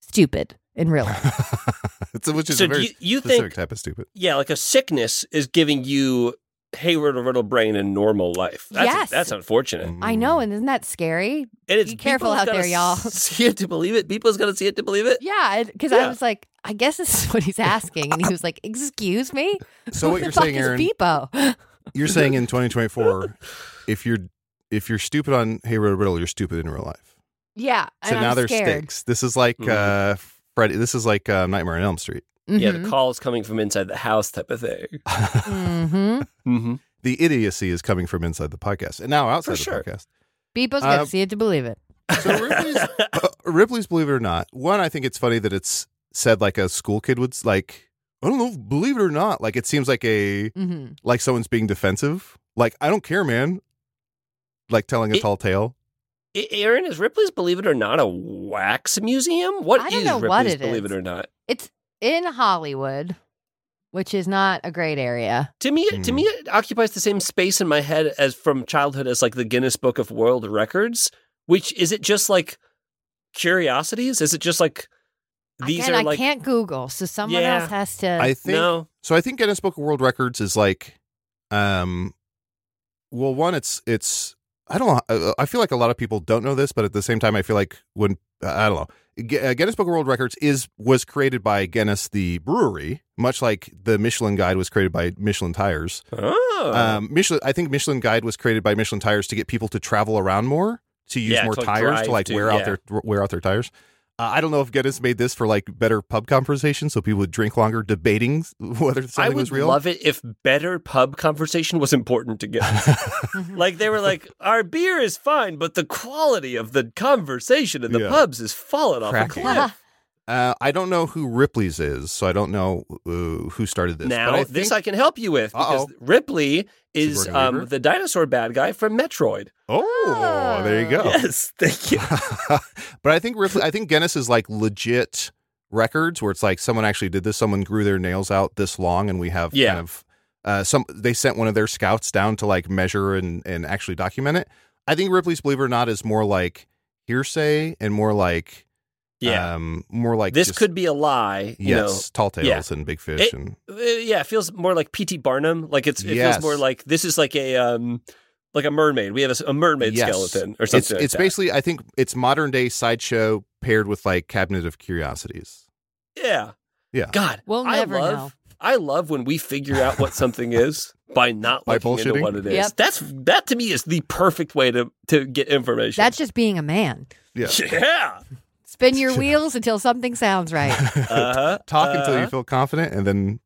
stupid in real life. It's- which is So a do very you, you specific think, type of stupid. yeah, like a sickness is giving you Hayward or Riddle brain in normal life. That's, Yes. that's unfortunate. Mm. And Hmm. I know, and isn't that scary? it's Be careful people's out there, gotta y'all. See it to believe it. People's got to see it to believe it. Yeah, because I Yeah. was like, I guess this is what he's asking, and he was like, "Excuse me." So Who what the you're fuck saying, is Aaron, Beepo? you're saying in 2024, if you're if you're stupid on Hey Riddle Riddle, you're stupid in real life. Yeah, So and now I'm there's scared. stakes. This is like uh, Freddy. This is like uh, Nightmare on Elm Street. Yeah, the call's coming from inside the house type of thing. mm-hmm. Mm-hmm. The idiocy is coming from inside the podcast, and now outside For the sure. podcast. Beepo's got Uh, to see it to believe it. So Ripley's, Ripley's, believe it or not, one I think it's funny that it's said like a school kid would s- like. I don't know, believe it or not, like it seems like a Mm-hmm. like someone's being defensive. Like I don't care, man. Like telling a It- tall tale. Aaron, is Ripley's Believe It or Not a wax museum? What I is don't know Ripley's what it Believe is. It or Not? It's in Hollywood, which is not a great area. To me, to me, it occupies the same space in my head as from childhood as like the Guinness Book of World Records. Which is it just like curiosities? Is it just like these Again, are like I can't Google, so someone Yeah. else has to. I think Uh, no? So I think Guinness Book of World Records is like, um, well, one, it's it's I don't know. uh, I- I feel like a lot of people don't know this, but at the same time, I feel like when I don't know, Gu- uh, Guinness Book of World Records is was created by Guinness the brewery, much like the Michelin Guide was created by Michelin tires. Oh, Um, Michelin, I think Michelin Guide was created by Michelin tires to get people to travel around more, to use Yeah, more to, like, tires drive to like to- wear out yeah. their wear out their tires. Uh, I don't know if Guinness made this for like better pub conversation, so people would drink longer, debating whether I something would was real. love it if better pub conversation was important to Guinness. like they were like, our beer is fine, but the quality of the conversation in the Yeah. pubs is falling off a Cracking. cliff. Uh, I don't know who Ripley's is, so I don't know uh, who started this. now but I this think- I can help you with because Uh-oh. Ripley is Sigourney Weaver? um, the dinosaur bad guy from Metroid. oh, Uh, there you go. Yes, thank you. but I think Ripley, I think Guinness is like legit records where it's like someone actually did this. Someone grew their nails out this long, and we have Yeah. kind of uh, some. They sent one of their scouts down to like measure and and actually document it. I think Ripley's Believe It or Not is more like hearsay and more like Yeah, um, more like this just- could be a lie. You yes, tall yeah. tales and big fish It- and know, Uh, yeah, it feels more like P.T. Barnum. Like it's it Yes. feels more like this is like a um like a mermaid. We have a, s- a mermaid Yes. skeleton or something. it's like it's that. basically I think it's modern day sideshow paired with like cabinet of curiosities. yeah, Yeah. God, We'll never I love, know. I love when we figure out what something is by not By looking into bullshitting? what it is. Yep. That's that to me is the perfect way to to get information. That's just being a man. Yeah. yeah. Spin your wheels until something sounds right. Uh-huh. Talk until you uh-huh. feel confident and then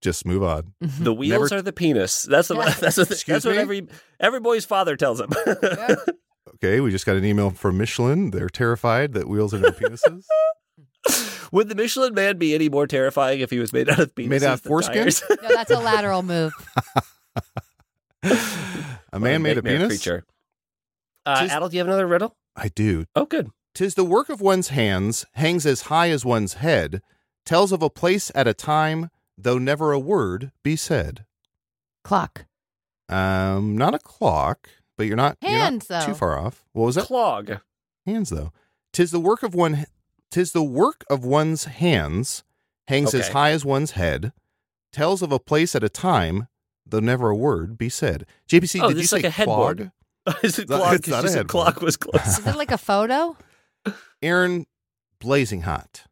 just move on. The wheels Never- are the penis. That's the, Yeah. that's, the, Excuse that's what me? every every boy's father tells him. Okay, we just got an email from Michelin. They're terrified that wheels are no penises. Would the Michelin Man be any more terrifying if he was made out of penises? Made out of than foreskin? tires? No, that's a lateral move. a man made a Nightmare penis. creature. Uh, Tis- Adel, do you have another riddle? I do. Oh, good. Tis the work of one's hands, hangs as high as one's head, tells of a place at a time, though never a word be said. Clock. Um, not a clock, but you're not, you're not Hands, though. too far off. What was it? Clog. hands though. Tis the work of one tis the work of one's hands hangs as Okay. high as one's head, tells of a place at a time, though never a word be said. JPC, Oh, did this you is say like a headboard. clog? Is it It's not- clog? it's not Because a she said head clog board. was close. Is it like a photo? Aaron blazing hot.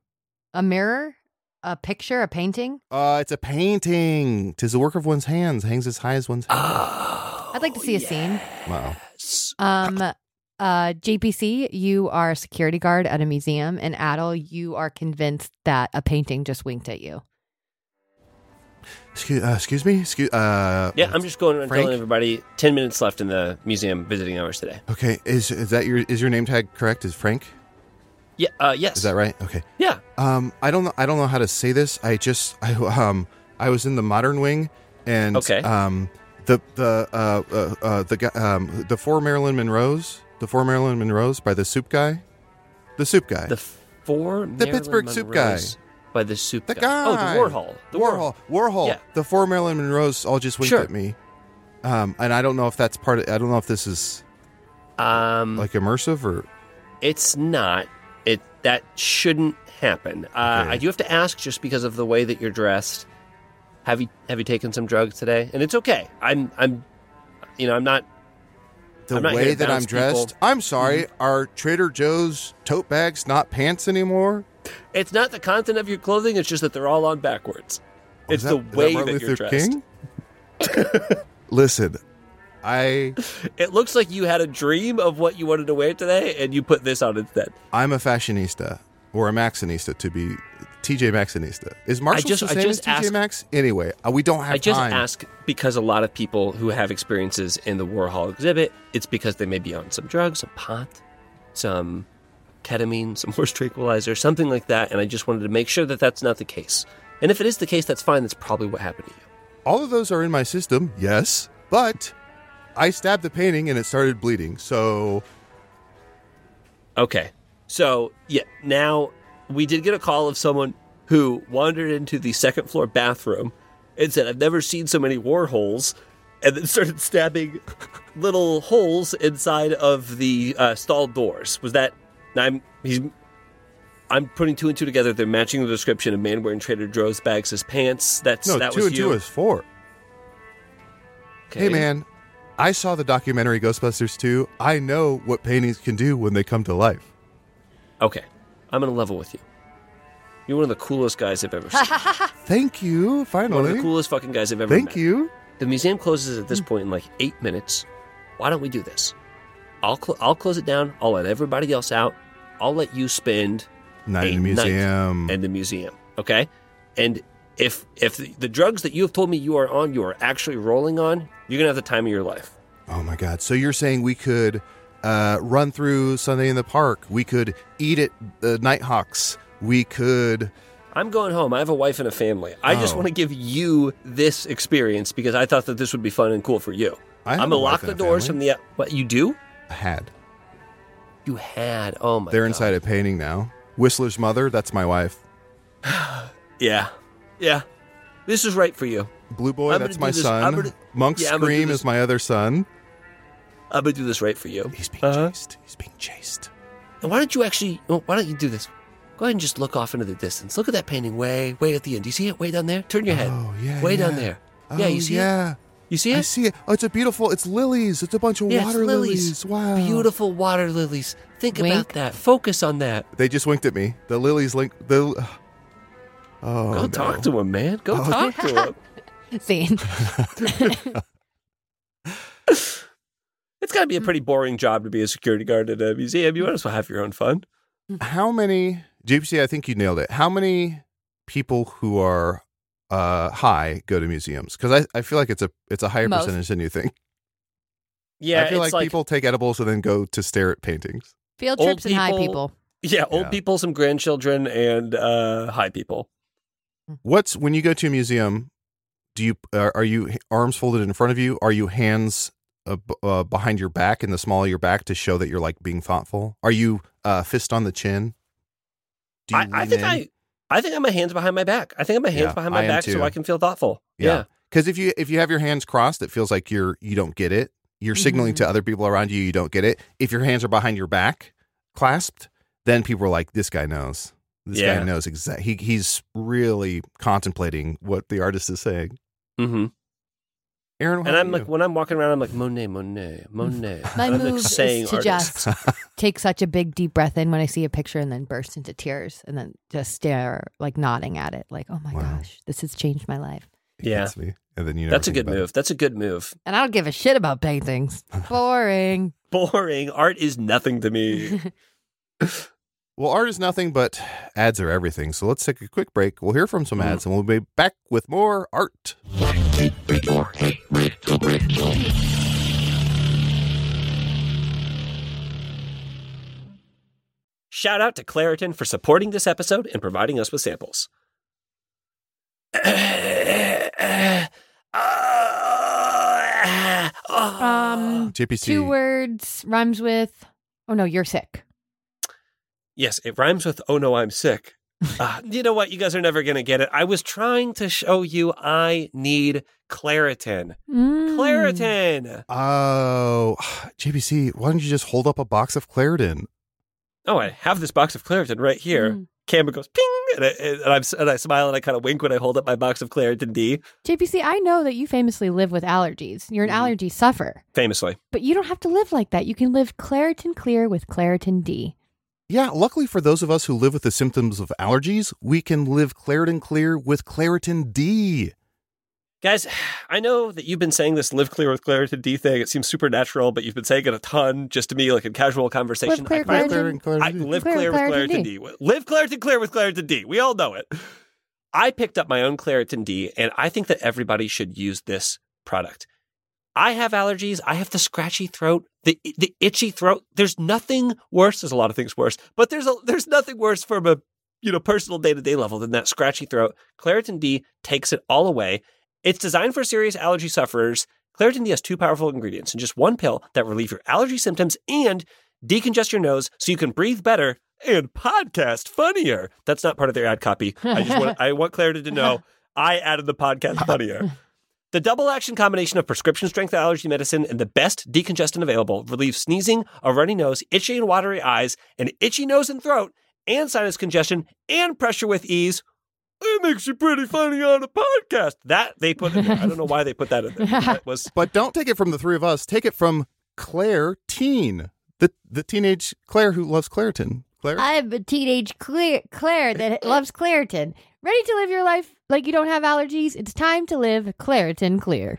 A mirror? A a picture, a painting? Uh, it's a painting. Tis the work of one's hands, hangs as high as one's head. Oh. I'd like to see a scene. Ah. wow. Um, uh, JPC, you are a security guard at a museum, and Adel, you are convinced that a painting just winked at you. Excuse, uh, excuse me? Excuse, uh, Yeah, I'm just going around Frank? telling everybody 10 minutes left in the museum visiting hours today. Okay, is is that your is your name tag correct? Is Frank? Yeah, uh, yes. Is that right? Okay. Yeah. Um, I don't know. I don't know how to say this. I just, I, um, I was in the modern wing, and Okay. um, the the uh, uh, uh the guy, um, the four Marilyn Monroes, the four Marilyn Monroes by the soup guy, the soup guy, The four The Pittsburgh soup Monroes by the soup the guy. guy, Oh, the Warhol. The Warhol, Warhol. Yeah. The four Marilyn Monroes all just winked Sure. at me, um, and I don't know if that's part of. I don't know if this is Um, like immersive or it's not. It that shouldn't happen. Uh, Okay. I do have to ask, just because of the way that you're dressed. Have you have you taken some drugs today? And it's okay. I'm I'm, you know, I'm not. the I'm not here way to that I'm bounce dressed. people. Mm-hmm. I'm sorry. Are Trader Joe's tote bags not pants anymore? It's not the content of your clothing. It's just that they're all on backwards. Oh, it's is the that- is way that, Martin you're Luther dressed. Listen, I It looks like you had a dream of what you wanted to wear today, and you put this on instead. I'm a fashionista or a Maxinista to be TJ Maxinista. Is Marshall just- the I same just as TJ asked- Maxx? Anyway, uh, we don't have I just time. ask because a lot of people who have experiences in the Warhol exhibit, it's because they may be on some drugs, some pot, some ketamine, some horse tranquilizer, something like that. And I just wanted to make sure that that's not the case. And if it is the case, that's fine. That's probably what happened to you. All of those are in my system, yes, but I stabbed the painting and it started bleeding. So Okay. So, yeah, now we did get a call of someone who wandered into the second floor bathroom and said, I've never seen so many war holes, and then started stabbing little holes inside of the uh, stall doors. Was that. I'm, he's, I'm putting two and two together. They're matching the description of man wearing Trader Joe's bags as pants. That's no, that two was and you. two is four. Okay. Hey man, I saw the documentary Ghostbusters 2. I know what paintings can do when they come to life. Okay, I'm gonna level with you. You're one of the coolest guys I've ever seen. Thank you. one of Finally, the coolest fucking guys I've ever. thank met. you. The museum closes at Hmm. this point in like eight minutes. Why don't we do this? I'll cl- I'll close it down. I'll let everybody else out. I'll let you spend Night a in the museum. night in the museum. Okay, and if if the, the drugs that you have told me you are on, you are actually rolling on, you're gonna have the time of your life. Oh my God! So you're saying we could uh, run through Sunday in the Park? We could eat at the Nighthawks. We could. I'm going home. I have a wife and a family. I just Oh. want to give you this experience because I thought that this would be fun and cool for you. I have am a gonna wife lock and the a doors family. from the. e-, What you do? had. You had. Oh my. They're God. inside a painting now. Whistler's mother. That's my wife. Yeah. Yeah. This is right for you. Blue boy. I'm gonna that's do my this- son. I'm gonna- Monk's yeah, I'm gonna do scream this- is my other son. I'm gonna do this right for you. He's being chased. He's being chased. And why don't you actually? well, Why don't you do this? Go ahead and just look off into the distance. Look at that painting way, way at the end. Do you see it? Way down there. Turn your head. Oh yeah. Way yeah. down there. Oh, yeah. You see it? yeah. You see it? I see it. Oh, it's a beautiful. It's lilies. It's a bunch of Yeah, it's water lilies. Wow. Beautiful water lilies. Think Wink. about that. Focus on that. They just winked at me. The lilies link. The. Oh. Go no. Oh, talk to him, man. Go talk to him. Scene. It's got to be a pretty boring job to be a security guard at a museum. You might as well have your own fun. how many gypsy i think you nailed it how many people who are uh high go to museums because I, I feel like it's a it's a higher Most. percentage than you think Yeah, i feel like, it's like people take edibles and then go to stare at paintings Field Old trips and high people. people. yeah, old Yeah. people, some grandchildren, and uh, high people. what's when you go to a museum do you are are you h- arms folded in front of you are you hands uh, b- uh, behind your back in the small of your back to show that you're like being thoughtful are you uh fist on the chin do I, I lean think in? I, I think I'm a hands behind my back. I think I'm a hands Yeah, behind I my am back too. so I can feel thoughtful. Yeah. Yeah, Because if you if you have your hands crossed, it feels like you're you don't get it. You're signaling Mm-hmm. to other people around you you don't get it. If your hands are behind your back, clasped, then people are like, "This guy knows. This Yeah. guy knows exactly. He, he's really contemplating what the artist is saying." hmm Aaron, what and I'm happened like when I'm walking around, I'm like Monet, Monet, Monet. My And I'm move like saying is to artists. just take such a big deep breath in when I see a picture and then burst into tears and then just stare like nodding at it like oh my Wow. gosh this has changed my life It Yeah. gets me. And then you never That's a think good about it. move. That's a good move. and I don't give a shit about paintings boring Boring. Art is nothing to me. Well, art is nothing, but ads are everything. So let's take a quick break. We'll hear from some Mm-hmm. ads and we'll be back with more art. Shout out to Claritin for supporting this episode and providing us with samples. um JPC. two words rhymes with oh no you're sick Yes, it rhymes with "Oh no, I'm sick." Uh, you know what? You guys are never gonna get it. I was trying to show you I need Claritin. Mm. Claritin. Oh, JPC, why don't you just hold up a box of Claritin? Oh, I have this box of Claritin right here. Mm. Camera goes ping, and I, and, I'm, and I smile and I kind of wink when I hold up my box of Claritin D. JPC I know that you famously live with allergies you're an Mhm. allergy sufferer Famously, but you don't have to live like that you can live Claritin clear with Claritin D Yeah, luckily for those of us who live with the symptoms of allergies, we can live Claritin clear with Claritin D. guys, I know that you've been saying this "Live Clear with Claritin D" thing. It seems supernatural, but you've been saying it a ton, just to me, like in casual conversation. Live clear I find- Claritin I D. live Clear clear with with Claritin Claritin, D. Live Claritin clear with Claritin D. We all know it. I picked up my own Claritin D, and I think that everybody should use this product. I have allergies. I have the scratchy throat, the the itchy throat. There's nothing worse. There's a lot of things worse, but there's a there's nothing worse from a you know personal day to day level than that scratchy throat. Claritin D takes it all away. It's designed for serious allergy sufferers. Claritin D has two powerful ingredients in just one pill that relieve your allergy symptoms and decongest your nose so you can breathe better and podcast funnier. That's not part of their ad copy. I just want I want Claritin to know I added the podcast funnier. The double action combination of prescription strength allergy medicine and the best decongestant available relieves sneezing, a runny nose, itchy and watery eyes, an itchy nose and throat, and sinus congestion and pressure with ease. It makes you pretty funny on a podcast. That they put in there. I don't know why they put that in there. That was But don't take it from the three of us. Take it from Claire Teen, the, the teenage Claire who loves Claritin. Claire? I'm a teenage Claire, Claire that loves Claritin. Ready to live your life like you don't have allergies? It's time to live Claritin clear.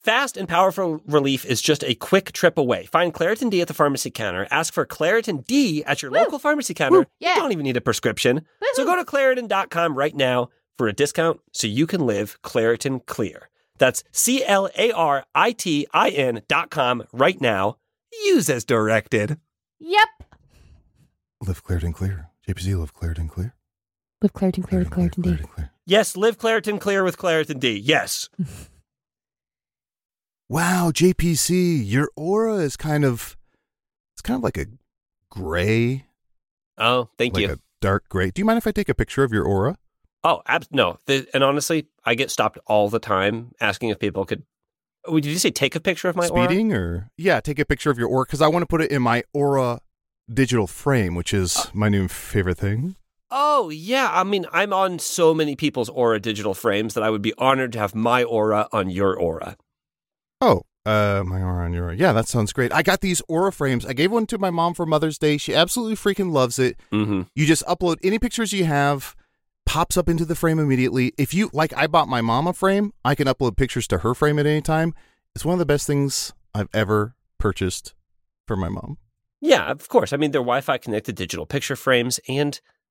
Fast and powerful relief is just a quick trip away. Find Claritin D at the pharmacy counter. Ask for Claritin D at your local pharmacy counter. Yeah. You don't even need a prescription. So go to Claritin.com right now for a discount so you can live Claritin clear. That's C L A R I T I N.com right now. Use as directed. Yep. Live Claritin clear. JPC, live Claritin clear. Live Claritin clear with Claritin D. clear. Yes, live Claritin clear with Claritin D. Yes. wow, JPC, your aura is kind of it's kind of like a gray, Oh, thank like you. a dark gray. Do you mind if I take a picture of your aura? Oh, ab- no. The, and honestly, I get stopped all the time asking if people could. Oh, Did you say take a picture of my aura? Speeding or yeah, take a picture of your aura because I want to put it in my aura digital frame, which is my new favorite thing. Oh, yeah. I mean, I'm on so many people's Aura digital frames that I would be honored to have my Aura on your Aura. Oh, uh, my aura on your aura. Yeah, that sounds great. I got these aura frames. I gave one to my mom for Mother's Day. She absolutely freaking loves it. Mm-hmm. You just upload any pictures you have, pops up into the frame immediately. If you like, I bought my mom a frame. I can upload pictures to her frame at any time. It's one of the best things I've ever purchased for my mom. Yeah, of course. I mean, they're Wi Fi connected digital picture frames, and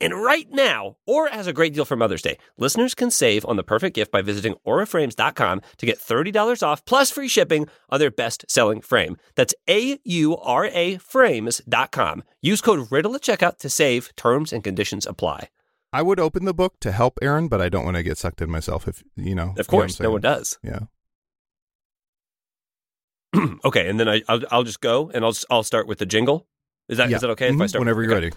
And right now, Aura has a great deal for Mother's Day. Listeners can save on the perfect gift by visiting auraframes.com to get $30 off plus free shipping on their best selling frame. That's A U R A frames.com. Use code RIDDLE at checkout to save. Terms and conditions apply. I would open the book to help Aaron, but I don't want to get sucked in myself. If you know, Of course, no one does. Yeah. okay, and then I, I'll, I'll just go and I'll, s- I'll start with the jingle. Is that is Yeah. that okay if I Mhm. start Whenever you're okay. ready.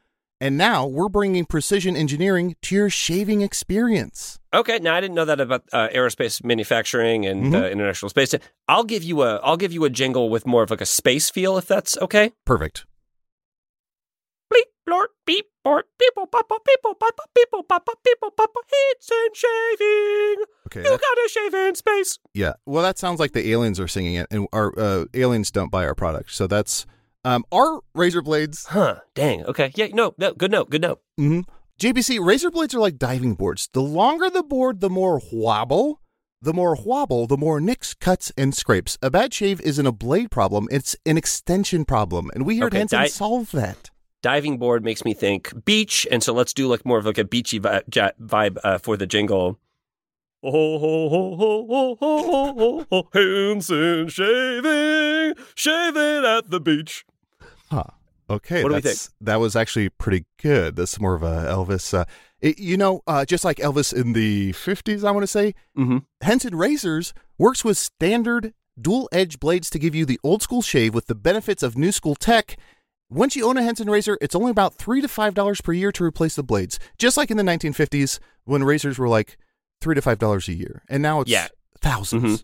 And now we're bringing precision engineering to your shaving experience. Okay, now I didn't know that about uh, aerospace manufacturing and Mm-hmm. uh, international space. Sta- I'll give you a I'll give you a jingle with more of like a space feel if that's okay. Perfect. Bleep blort beep blort people papa people papa people papa people papa heats and shaving. Okay. You that- gotta shave in space. yeah. Well, that sounds like the aliens are singing it, and our uh, aliens don't buy our product. So that's um, our razor blades. Huh? Dang. Okay. Yeah. No. No. Good note. Good note. Mm-hmm. JPC, razor blades are like diving boards. The longer the board, the more wobble. The more wobble, the more nicks, cuts, and scrapes. A bad shave isn't a blade problem, it's an extension problem. And we here Okay, at Hanson di- solve that. diving board makes me think beach, and so let's do like more of like a beachy vi- ja- vibe uh, for the jingle. Oh, oh, oh, oh, oh, oh, oh, oh, Hanson shaving, shaving at the beach. Huh. Okay. What do we that's- That was actually pretty good. That's more of a Elvis. Uh, it- you know, uh, just like Elvis in the 50s, I want to say, Mm-hmm. Henson Razors works with standard dual edge blades to give you the old school shave with the benefits of new school tech. Once you own a Henson razor, it's only about three to five dollars per year to replace the blades. Just like in the 1950s when razors were like three to five dollars a year, and now it's Yeah. Mm-hmm. 1000s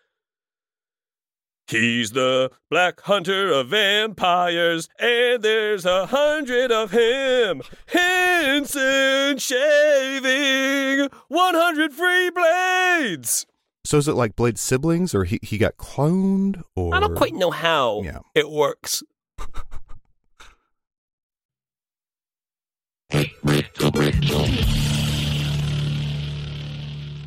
He's the black hunter of vampires, and there's a hundred of him. Henson shaving 100 free blades. So is it like Blade's siblings, or he, he got cloned, or I don't quite know how Yeah. it works.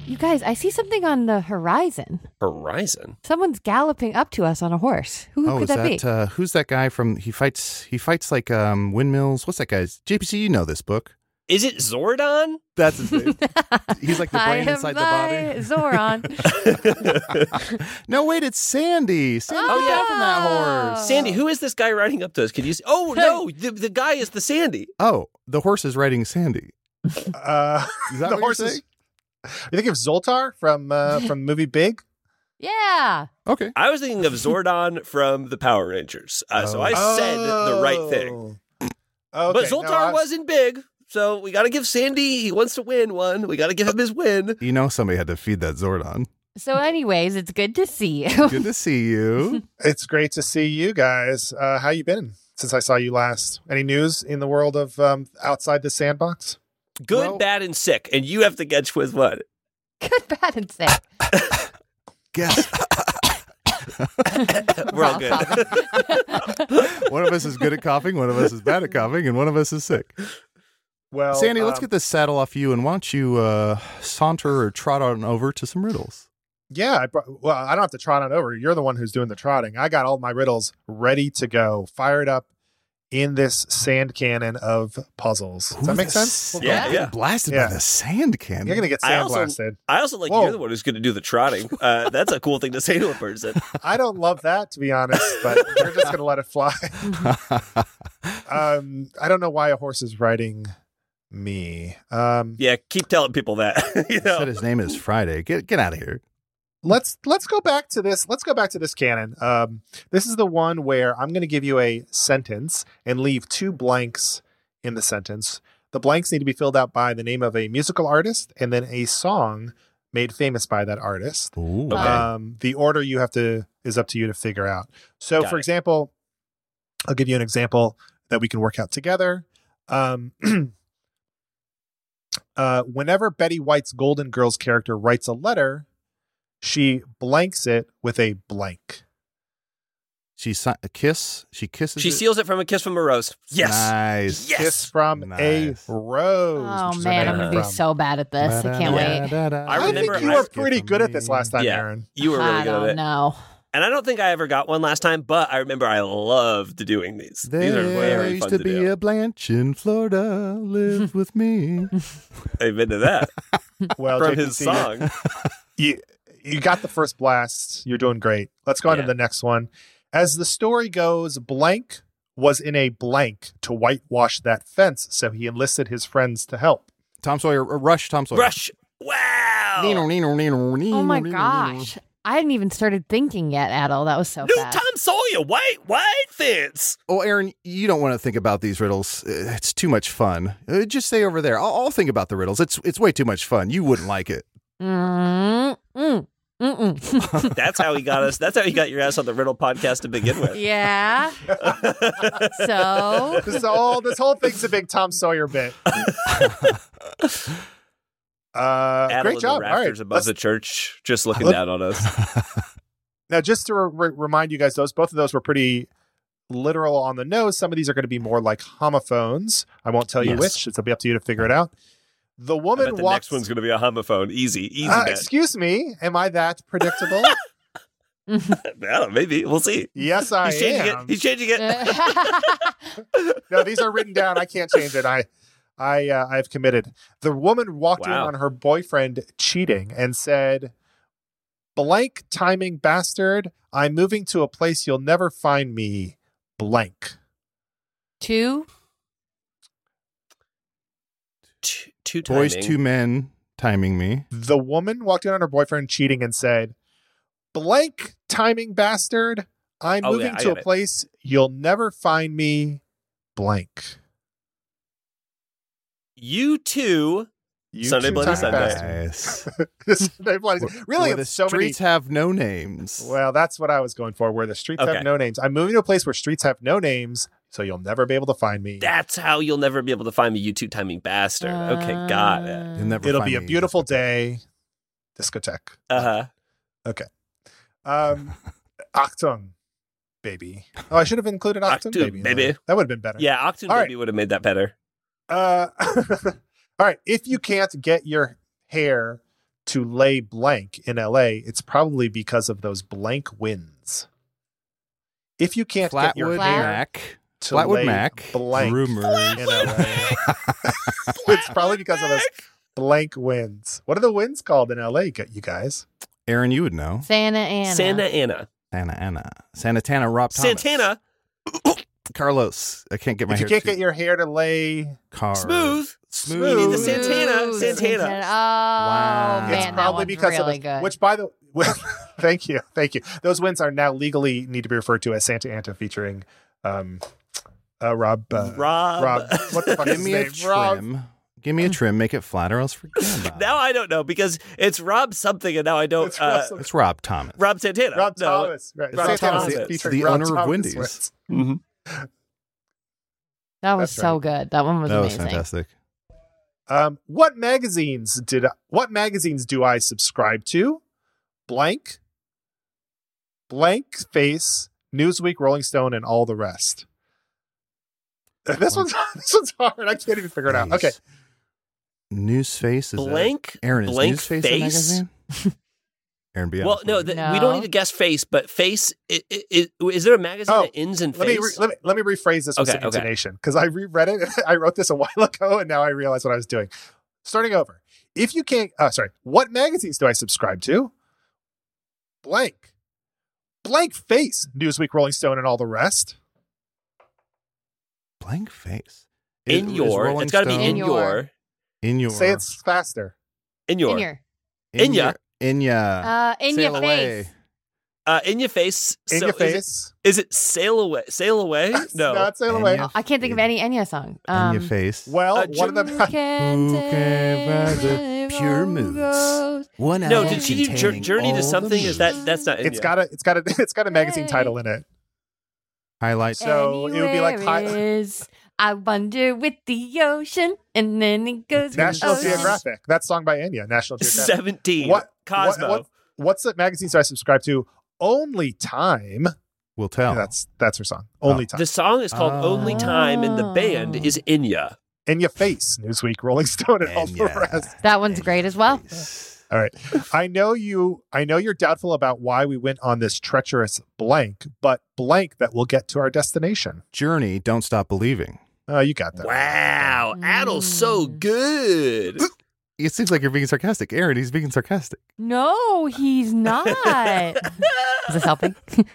You guys, I see something on the horizon. Horizon? Someone's galloping up to us on a horse. Who oh, could is that, that, be? uh, who's that guy from? He fights. He fights like um, windmills. What's that guy's? JPC, you know this book. Is it Zordon? That's his name. uh, He's like the I brain am inside the thy body. Zoran. No, wait, it's Sandy. Sandy Oh, got down from that horse. Sandy, who is this guy riding up to us? Can you see? Oh, no, the, the guy is the Sandy. Oh, the horse is riding Sandy. Uh, Is that the what horse you're is. saying? You think of Zoltar from uh, from the movie Big? yeah. Okay. I was thinking of Zordon from the Power Rangers. Uh, So I said the right thing. Oh. Okay, but no, Zoltar I- wasn't big, so we got to give Sandy. He wants to win one. We got to give him his win. You know somebody had to feed that Zordon. So, anyways, it's good to see you. Good to see you. It's great to see you guys. Uh, how you been since I saw you last? Any news in the world of um, outside the sandbox? Good, Well- bad, and sick, and you have to catch with what? good, bad, and sick. Guess We're all good. one of us is good at coughing, one of us is bad at coughing, and one of us is sick. Well, Sandy, let's um, get this saddle off you, and why don't you uh, saunter or trot on over to some riddles? Yeah, I brought, well, I don't have to trot on over. You're the one who's doing the trotting. I got all my riddles ready to go, fired up in this sand cannon of puzzles. Does that make sense? Yeah, I'm yeah. Blasted Yeah. by the sand cannon. You're gonna get I sand also- blasted. I also like Whoa. you're the one who's going to do the trotting. Uh, that's a cool thing to say to a person. I don't love that to be honest, but we're just gonna let it fly. Um, I don't know why a horse is riding me. Um, Yeah, keep telling people that. He you know? said his name is Friday. Get get out of here. let's let's go back to this let's go back to this canon um this is the one where i'm going to give you a sentence and leave two blanks in the sentence the blanks need to be filled out by the name of a musical artist and then a song made famous by that artist Ooh. Okay. um the order you have to is up to you to figure out so Got for it. example i'll give you an example that we can work out together um uh, whenever Betty White's Golden Girls character writes a letter, she blanks it with a blank. She si- a kiss. She kisses. She it. seals it from a kiss from a rose. Yes. Nice. Yes. Kiss from Nice. a rose. Oh which is man, another I'm gonna from- be so bad at this. I can't wait. I I, remember think you I- were pretty good at this last time, Yeah. Aaron. You were really I good at don't it. know. And I don't think I ever got one last time, but I remember I loved doing these. These are There very used fun to to, be do. a Blanche in Florida. Live with me. I've been to that Well, from JPC, his song. You, you got the first blast. You're doing great. Let's go on Yeah. to the next one. As the story goes, blank was in a blank to whitewash that fence, so he enlisted his friends to help. Tom Sawyer. uh, Rush. Tom Sawyer. Rush. Wow. Nino, Nino, Nino, Nino, Oh my Nino, Nino. gosh, I hadn't even started thinking yet at all. That was so New fast. Tom Sawyer. White, white fence. Oh, Aaron, you don't want to think about these riddles. Uh, It's too much fun. Uh, Just stay over there. I'll, I'll think about the riddles. It's it's way too much fun. You wouldn't like it. Mm, mm, mm-mm. That's how he got us. That's how he got your ass on the Riddle podcast to begin with. yeah. So this is all this whole thing's a big Tom Sawyer bit. uh, Adel in great job! The All right, rafters above let's- the church, just looking Look- down on us. now just to re- re- remind you guys, those both of those were pretty literal on the nose. Some of these are going to be more like homophones. I won't tell you Yes. which; it'll be up to you to figure it out. The I bet woman the walks. next one's going to be a homophone. Easy, easy. Ah, bet. excuse me, am I that predictable? Yeah, maybe we'll see. yes, I He's changing am. it. He's changing it. no, these are written down. I can't change it. I, I, uh, I've committed. The woman walked Wow. in on her boyfriend cheating and said, "Blank timing bastard! I'm moving to a place you'll never find me." Blank. two. Two, two Boys, timing. two men timing me. The woman walked in on her boyfriend cheating and said, "Blank timing bastard! I'm Oh, yeah, moving I to a got it. place you'll never find me." Blank. You two. You Sunday, two Bloody timing Sunday. bastard. Nice. Sunday, Bloody Sunday. Really, Where the it's so many streets have no names. Well, that's what I was going for, where the streets Okay. have no names. I'm moving to a place where streets have no names, so you'll never be able to find me. That's how you'll never be able to find me. You two timing bastard. Okay, got it. uh, You'll never It'll find be a me. beautiful day. Discotheque. Uh huh. Um, Achtung, baby. Oh, I should have included Achtung, Achtung, baby. in there. baby. That would have been better. Yeah, Octane All right. maybe would have made that better. Uh, all right. If you can't get your hair to lay blank in LA, it's probably because of those blank winds. If you can't get your Flatwood Flat- hair Mac. to Flatwood lay Mac. blank Rumors. in LA. it's probably because of those blank winds. What are the winds called in LA, gu- you guys? Aaron, you would know. Santa Ana. Santa Ana. Santa Ana. Santana Rob Thomas. Santana. Carlos. I can't get my if hair you can't to- get your hair to lay, Car. Smooth. Smooth. You mean the Ooh, Santana, Santana. Oh Wow. man, it's that probably one's because really of good. Which, by the way, thank you, thank you. Those winds are now legally need to be referred to as Santa Anta featuring um, uh, Rob. Uh, Rob. Rob. What the fuck Give is me a his name? Rob. trim. Give me a trim. Make it flat or else forget about now it. I don't know because it's Rob something, and now I don't. It's Rob uh, something. It's Rob Thomas. Rob Santana. Rob No. Thomas, right? Rob Santa Thomas. Anta It's featuring the Rob owner of Thomas Wendy's. winds. Mhm. that was That's so good. That one was that was amazing. fantastic. Um, what magazines did I, what magazines do I subscribe to? Blank, blank face, Newsweek, Rolling Stone, and all the rest. This one's this one's hard. I can't even figure it out. Okay, Nice. Newsface is that- Blank. Aaron is blank Newsface a face. magazine? Aaron, be Well, honest no, with me. th- we don't No. need to guess face, but face i- i- i- is there a magazine Oh, that ends in Let me, face? re- let me let me rephrase this with Okay, some okay. intonation because I reread it. I wrote this a while ago, and now I realize what I was doing. Starting over. If you can't, uh, sorry. What magazines do I subscribe to? Blank, blank face. Newsweek, Rolling Stone, and all the rest. blank face. in It was your, Rolling it's got to be Stone. in In your- your, in your Say it's faster. in your, in your in ya. in ya. uh, in Sail your away. face. uh, in your face. In So your is it- face. Is it sail away? Sail away? No. not sail In away. your- I can't think of any Enya song. in Um, your face. Well, Uh, one of them. You can Who can tell buy the where pure love moods? goes. One no, hour did she do jour- containing journey to something? Is that moves. that's not? in it's ya. got a it's got a it's got a magazine Hey. title in Oh, it. highlights? So it would be like Anywhere hi- is, I wander with the ocean, and then it goes. National with the ocean. Geographic. That's song by Enya. National Geographic. seventeen. What- Cosmo? what- what's the magazines I subscribe to? Only Time. We'll tell. That's that's her song. Only Time. the song is called Oh. "Only Time," and the band is Inya. In Your Face, Newsweek, Rolling Stone, and all the Enya. rest. That one's great as well. Face. All right. I know you. I know you're doubtful about why we went on this treacherous blank, but blank that will get to our destination. Journey, don't stop believing. Oh, you got that. Wow, Adel's so Mm. good. It seems like you're being sarcastic, Aaron. He's being sarcastic. No, he's not. is this helping? It's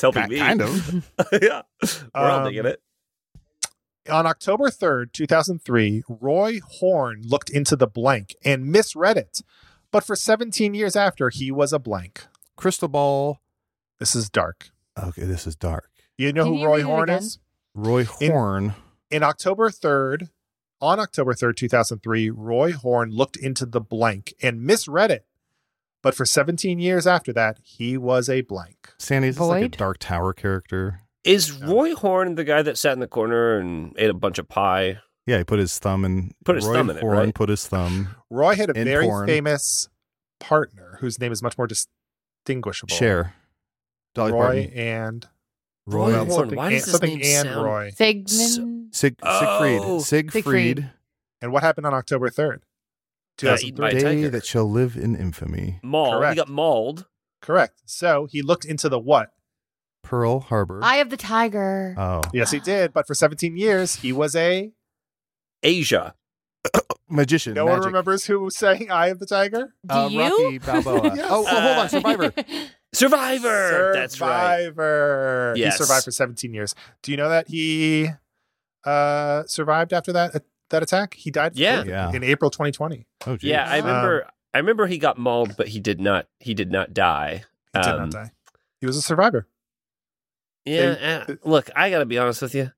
helping Ki- me. Kind of. yeah, we're all Um, digging it. On October 3rd, 2003, Roy Horn looked into the blank and misread it. But for 17 years after, he was a blank. Crystal ball. This is dark. Okay, this is dark. You know Can who you Roy read it Horn again? is? Roy In- Horn. In October 3rd, on October 3rd, 2003, Roy Horn looked into the blank and misread it. But for 17 years after that, he was a blank. Sandy, is this like a Void? Dark Tower character? Is Roy Horn the guy that sat in the corner and ate a bunch of pie? Yeah, he put his thumb in. Put his Roy thumb in it, Horn right? put his thumb. Roy had a In very porn. famous partner whose name is much more distinguishable. Share. Dolly Roy Parton. and Roy well, Horn. something, Why and, does his something name and sound- Roy. Sigmund. Sig- Oh. Siegfried. Siegfried. Siegfried. And what happened on October 3rd? Uh, eaten by a 2003. Day tiger. that shall live in infamy. Mauled. Correct. He got mauled. Correct. So he looked into the what? Pearl Harbor. Eye of the Tiger. oh. Yes, he did. But for 17 years, he was a. Asia. Magician. No one magic. remembers who sang Eye of the Tiger? Do Uh, you? Rocky Balboa. Yes. oh, oh, hold on. Survivor. Survivor. That's right. Survivor. Yes. He survived for 17 years. Do you know that he uh, survived after that that attack? He died Yeah. Yeah. in April 2020. Oh, geez. Yeah, I Um, remember. I remember he got mauled, but he did not. He did not die. He did Um, not die. He was a survivor. Yeah. They- eh, look, I gotta be honest with you.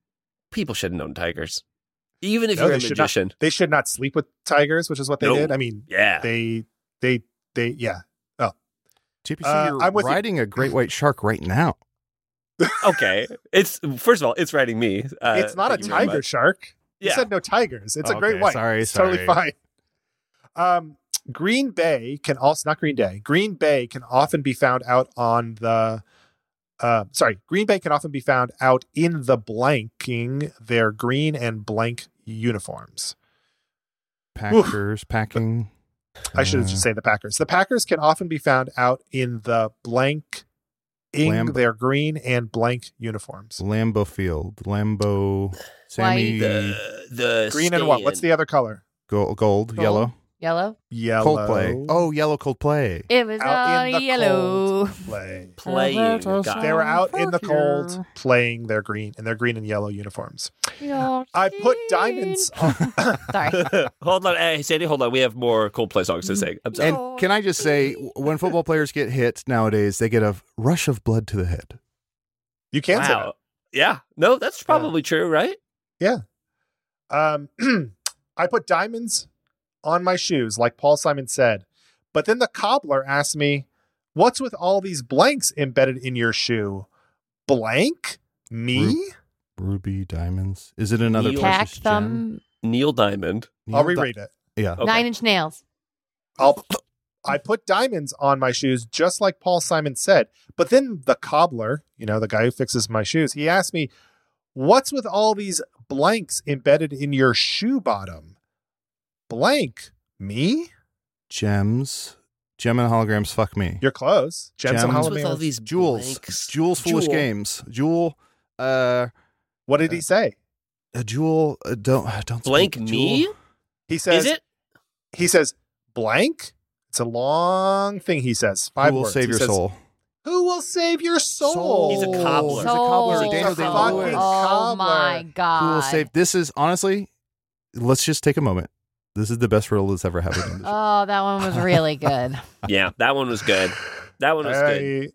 People shouldn't own tigers, even if No, you're a they should not. magician. They should not sleep with tigers, which is what they No. did. I mean, Yeah. they, they, they, yeah. TPC, Uh, you're I'm with you. riding a great white shark right now. okay. It's first of all, it's writing me. Uh, it's not a thank you very tiger much. shark. You Yeah. said no tigers. It's a great Okay, white. sorry, it's totally sorry. fine. Um, Green Bay can also not Green Day. Green Bay can often be found out on the. Uh, sorry, Green Bay can often be found out in the blanking their green and blank uniforms. Packers, packing. uh, I should have just said the Packers. The Packers can often be found out in the blank in Lamb- their green and blank uniforms. Lambeau Field. Lambeau. Sammy. The, the Green and what? What's the stand. other color? Gold, gold, Gold. yellow. Yellow. Yellow. Coldplay. Oh, yellow Coldplay. It was out all in the yellow. cold play. playing? God. They were out in the Fuck cold you. playing their green in their green and yellow uniforms. Your I put skin- diamonds on Sorry. hold on, hey, Sandy, hold on. We have more Coldplay songs Mm-hmm. to sing. I'm sorry. And can I just say, w- when football players get hit nowadays, they get a rush of blood to the head. You can say wow. Yeah. No, that's probably true, right? that. Um I put diamonds on my shoes, like Paul Simon said. But then the cobbler asked me, What's with all these blanks embedded in your shoe? Blank? Me? Ruby diamonds. Is it another Neil- Tack precious gem? thumb. Neil Diamond. Neil I'll di- reread it. yeah. Okay. Nine inch nails. I'll I put diamonds on my shoes just like Paul Simon said. But then the cobbler, you know, the guy who fixes my shoes, he asked me, "What's with all these blanks embedded in your shoe bottom?" Blank. Me? Gems. Gem and holograms fuck me. You're close. Gems and Gems What's with all Holomers. these Jules. blanks? Jules Foolish Jewel. Games. Jewel. Uh, What did he say? uh Jewel. Uh, don't don't Blank speak, me? Jewel. He says Is it? he says blank. It's a long thing he says. Five Who will words. save He your says, soul? Who will save your soul? He's a cobbler. He's a cobbler. Soul. Daniel He's a Day-Lewis. fucking Oh cobbler. my god! Who Uh, will save? This is honestly. Let's just take a moment. This is the best riddle that's ever happened. in this Uh, show. Oh, that one was really good. Yeah, that one was good. That one was good.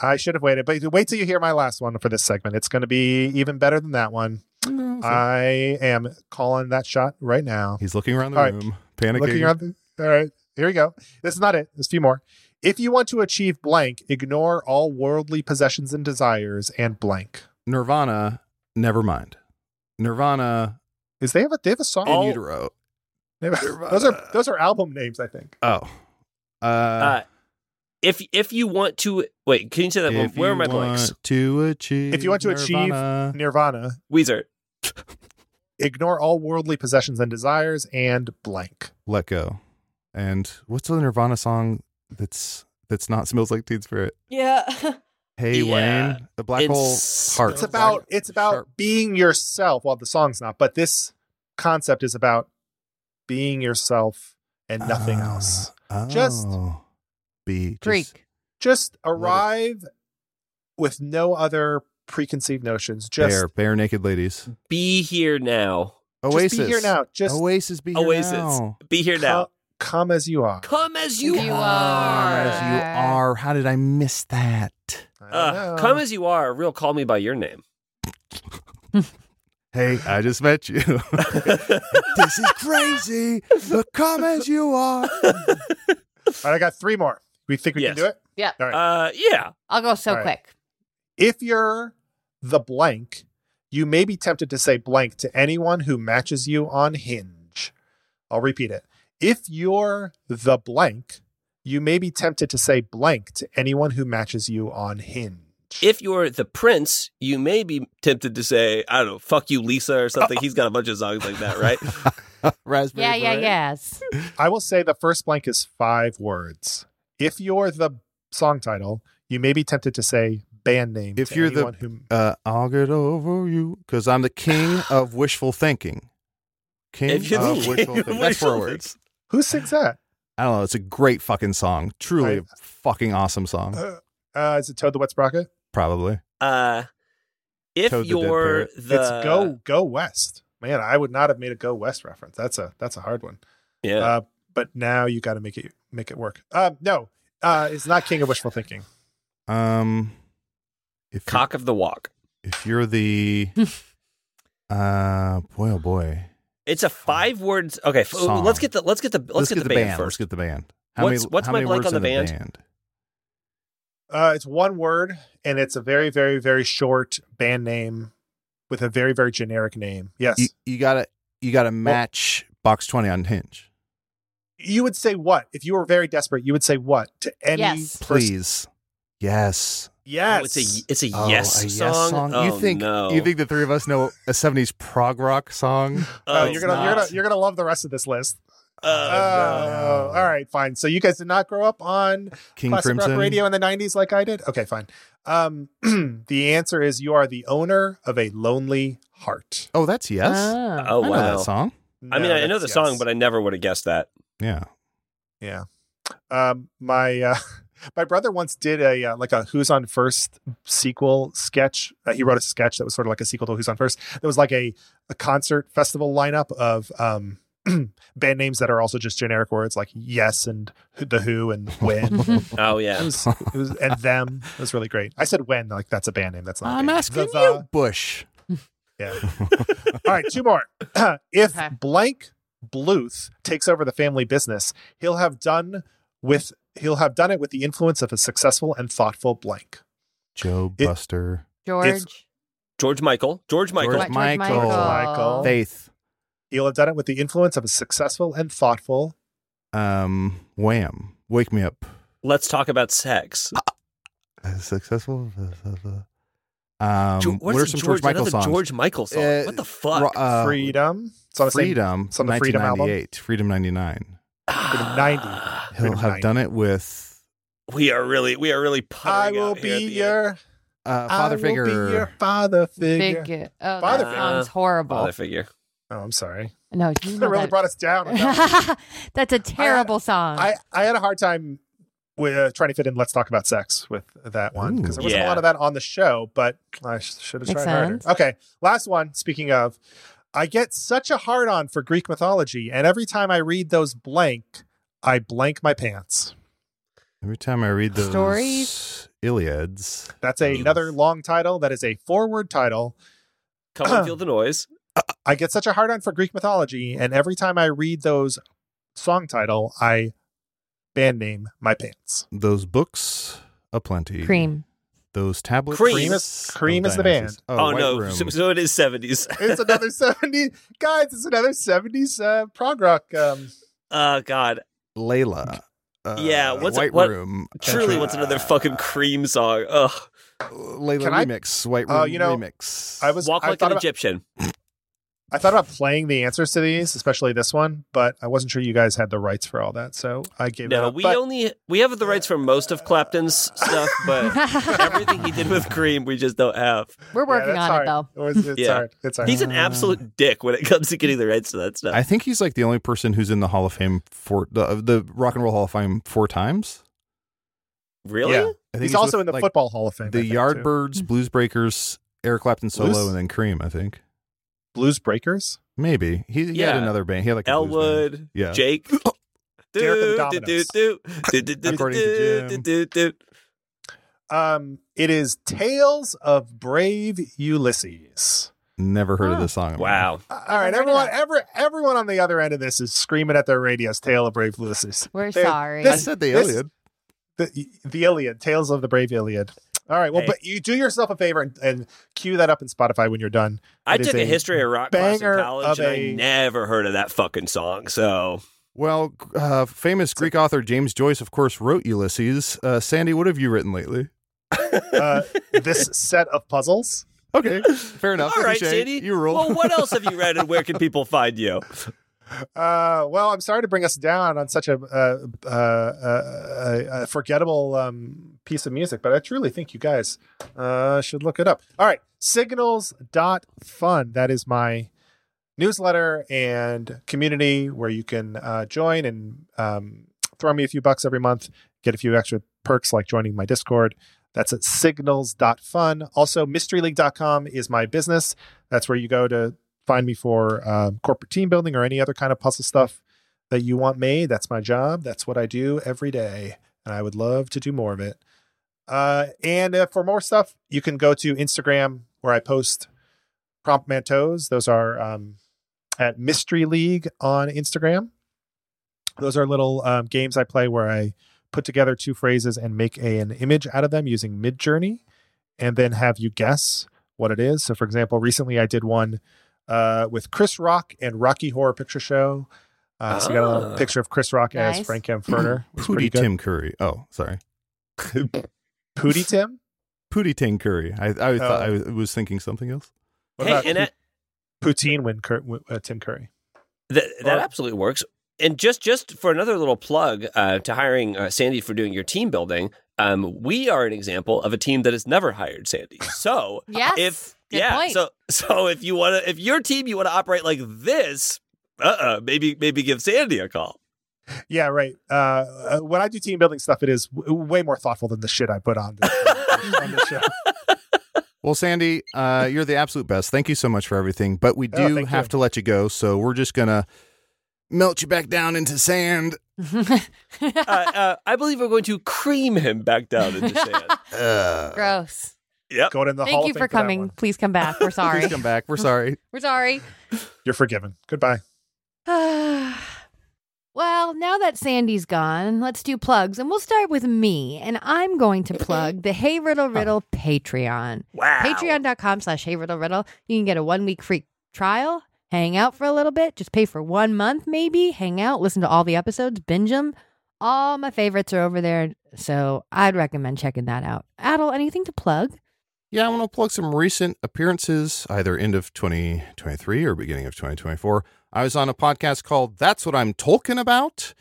I, I should have waited, but wait till you hear my last one for this segment. It's going to be even better than that one. I am calling that shot right now. He's looking around the All right. room, panicking. Looking around. The, all right, here we go. This is not it. There's a few more. If you want to achieve blank, ignore all worldly possessions and desires and blank. Nirvana. Never mind. Nirvana. Is they have a they have a song? In All- utero. They have- those are those are album names, I think. Oh. Uh, Uh, if if you want to wait, can you say that one? if Where are you my blanks? want To achieve If you want to achieve- Nirvana, Nirvana. Weezer. Ignore all worldly possessions and desires and blank. let go. And what's the Nirvana song that's that's not smells like Teen Spirit? Yeah. Hey Yeah. Wayne, the black It's- hole heart. It's about it's about Sharp. being yourself. Well, the song's not, but this concept is about being yourself and nothing Ah, else. Oh. Just- be just- Greek. Just arrive with no other preconceived notions. Just, bare, bare naked ladies. Be here now. just Oasis. be here now. Just Oasis. Be here Oasis. now. Be here co- now. come as you are. Come as you, You are. are. As you are. How did I miss that? I don't Uh, know. come as you are. Real call me by your name. Hey, I just met you. Uh, this is crazy. But come as you are. All right, I got three more. We think we Yes. can do it. Yeah. All right. Uh, yeah. I'll go so All right. quick. if you're the blank, you may be tempted to say blank to anyone who matches you on Hinge. I'll repeat it. If you're the blank, you may be tempted to say blank to anyone who matches you on Hinge. If you're the prince, you may be tempted to say, I don't know, fuck you, Lisa, or something. He's got a bunch of songs like that, right? Raspberry. Yeah, yeah, beret. yes. I will say the first blank is five words. If you're the song title, you may be tempted to say band name. If to you're the- anyone who Uh, I'll get over you because I'm the king of wishful thinking. King If you're the of king wishful of thinking. That's wishful four words. who sings that? I don't know. It's a great fucking song. Truly a I- fucking awesome song. Uh, uh, is it Toad the Wet Sprocket? Probably. Uh, if Toad the Dead you're Parrot. the it's go go west. Man, I would not have made a go west reference. That's a that's a hard one. Yeah. Uh, but now you got to make it make it work. Um, no, uh, it's not King of Wishful Thinking. Um, if you- cock of the walk. if you're the, uh, boy oh boy, It's a five words. Okay, f- Song. let's get the let's get the let's, get, the, band, Let's first. get the band. What's- what's my blank words on in the band? Uh, it's one word, and it's a very very very short band name with a very very generic name. Yes, You, you, you gotta you gotta match box twenty on Hinge, would say what if you were very desperate? You would say what to any Yes. person? please. Yes. Yes, Oh, it's a it's a, Oh, yes, a yes song. Oh, you think no. you think the three of us know a '70s prog rock song? Oh, it's you're gonna you're not. gonna you're gonna love the rest of this list. Oh, Oh, all right, fine. So you guys did not grow up on King classic Crimson. rock radio in the 90s like I did? Okay, fine. Um, the answer is you are the owner of a lonely heart. Oh, that's yes. Oh. Oh, I wow. know that song. I mean, I know the song, but I never would have guessed that. Yeah. yeah. Um, my uh, my brother once did a uh, like a Who's on First sequel sketch. Uh, he wrote a sketch that was sort of like a sequel to Who's on First. It was like a, a concert festival lineup of um, band names that are also just generic words like yes and the who and when. and Oh It yeah. was, it was, and them. It was really great. I said when, like that's a band name. That's not. a I'm band name. asking The- you, Bush. the- Yeah. All right, two more. if Okay. blank Bluth takes over the family business, he'll have done with he'll have done it with the influence of a successful and thoughtful blank. Joe It- Buster. It's- George. George Michael. George Michael. George Michael. Oh. Michael. Faith. He'll have done it with the influence of a successful and thoughtful. Um, Wham. Wake me up. Let's talk about sex. Uh, Successful. Um, Geor- what are some George, Michael another songs? George Michael song. Uh, what the fuck? Ro- uh, freedom. It's on the same- Freedom. it's on the Freedom album. 1998. Freedom 99. Freedom 90. He'll have Midnight. done it with Ah, We are really, we are really I puttering will out here at be the end. your uh, father I will figure. Be your father figure. Figure. Oh, Father that figure. sounds horrible. Father figure. Oh, I'm sorry. no, you That know really that. brought us down. with that one. That's a terrible song. uh, I, I had a hard time with uh, trying to fit in Let's Talk About Sex with that one because there wasn't Yeah. a lot of that on the show, but I sh- should have Makes tried harder. sense. Okay, last one. Speaking of, I get such a hard on for Greek mythology, and every time I read those blank, I blank my pants. Every time I read those Stories? Iliads, That's another long title. That is a forward title. Come and feel the noise. I get such a hard on for Greek mythology, and every time I read those song title, I band name my pants. those books aplenty. Cream. Those tablets. Cream. Cream is- Cream of is the dynasties. band. Oh, White no. Room. So, so it is 70s. it's another 70 guys it's another 70s uh, prog rock um Oh, God. Layla. Uh, Yeah, what's- White what- Room. Truly, Uh, what's another fucking cream song? Ugh. Layla Can I- remix? White Room Oh, you know, remix. i was Walk I, like thought an about, Egyptian. I thought about playing the answers to these especially this one but i wasn't sure you guys had the rights for all that so i gave it No, up we But only we have the rights for most of Clapton's stuff, but everything he did with Cream, we just don't have. We're yeah, working that's on hard. it though. It was- it's Yeah. hard it's hard He's an absolute dick when it comes to getting the rights to that stuff. I think he's like the only person who's in the Hall of Fame for the the Rock and Roll Hall of Fame four times. really? yeah. I think he's also with, in the like, football hall of fame I the think, too. Hmm. Yardbirds, Blues Breakers, Eric Clapton solo, Blues- and then Cream. I think blues breakers maybe he, he had Yeah. another band. He had like a blues band. Elwood, Yeah. Jake. Derek and the Do, Dominoes. do, do, do, do, According to do, Jim. do, do, do. um it is tales of brave ulysses Never heard of Huh. this song. in my life. Wow. all right, heard of everyone, that. every, everyone on the other end of this is screaming at their radios, Tale of Brave Ulysses. We're There- sorry. I this- said the this- Iliad. the, the Iliad, Tales of the Brave Iliad. All right, well, Hey. but you do yourself a favor and, and cue that up in Spotify when you're done. I It is took a a history of rock class in banger college, of and I a- never heard of that fucking song. So Well, uh, famous Greek author James Joyce, of course, wrote Ulysses. Uh, Sandy, what have you written lately? Uh, this set of puzzles. Okay, fair enough. all right, Touche. Sandy. you rule. Well, what else have you read, and where can people find you? Uh, well, I'm sorry to bring us down on such a, uh, uh, uh, a forgettable um, piece of music, but I truly think you guys uh, should look it up. All right, signals.fun. That is my newsletter and community where you can uh, join and um, throw me a few bucks every month, get a few extra perks like joining my Discord. That's at signals.fun. Also, mysteryleague.com is my business. That's where you go to find me for um, corporate team building or any other kind of puzzle stuff that you want made. That's my job. That's what I do every day. And I would love to do more of it. Uh, and uh, for more stuff, you can go to Instagram where I post prompt manteaus. Those are um, at Mystery League on Instagram. Those are little um, games I play where I put together two phrases and make a, an image out of them using Midjourney, and then have you guess what it is. So, for example, recently I did one uh, with Chris Rock and Rocky Horror Picture Show. Uh, So, I got a little Ah. picture of Chris Rock as Nice. Frank Amferner. It was pretty Pootie good. Tim Curry. Oh, sorry. Pootie Tim. Pootie Tim Curry. I, I thought I Oh. was thinking something else. What hey, about and Pu- that, poutine when Cur- w- uh, Tim Curry? that, that Or- absolutely works. And just just for another little plug uh, to hiring uh, Sandy for doing your team building, um, we are an example of a team that has never hired Sandy. So yes. if Good yeah, point. so so if you want to, if your team you want to operate like this, uh, uh maybe maybe give Sandy a call. Yeah, right. Uh, uh, when I do team building stuff, it is w- way more thoughtful than the shit I put on the, on the show. Well, Sandy, uh, you're the absolute best. Thank you so much for everything. But we Oh, do thank have you. to let you go, so we're just gonna melt you back down into sand. uh, uh, I believe we're going to cream him back down into sand. Uh, Gross. yep. Go to the Thank Hall of you Fame for that coming. one. Please come back. We're sorry. Please come back. We're sorry. We're sorry. You're forgiven. Goodbye. well, now that Sandy's gone, let's do plugs. And we'll start with me. And I'm going to plug the Hey Riddle Riddle Patreon. Wow. Patreon.com slash Hey Riddle Riddle. You can get a one week free trial, hang out for a little bit, just pay for one month maybe, hang out, listen to all the episodes, binge them. All my favorites are over there. So I'd recommend checking that out. Adel, anything to plug? Yeah, I want to plug some recent appearances, either end of 2023 or beginning of 2024. I was on a podcast called That's What I'm Talking About.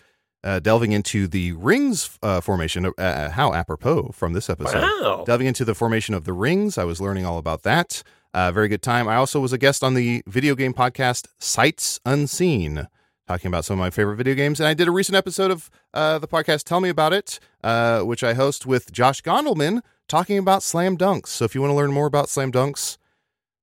uh, delving into the rings uh, formation. Uh, Uh, how apropos from this episode. Wow. Oh. Delving into the formation of the rings. I was learning all about that. Uh, very good time. I also was a guest on the video game podcast Sights Unseen, talking about some of my favorite video games. And I did a recent episode of uh, the podcast Tell Me About It, uh, which I host with Josh Gondelman, talking about slam dunks. So if you want to learn more about slam dunks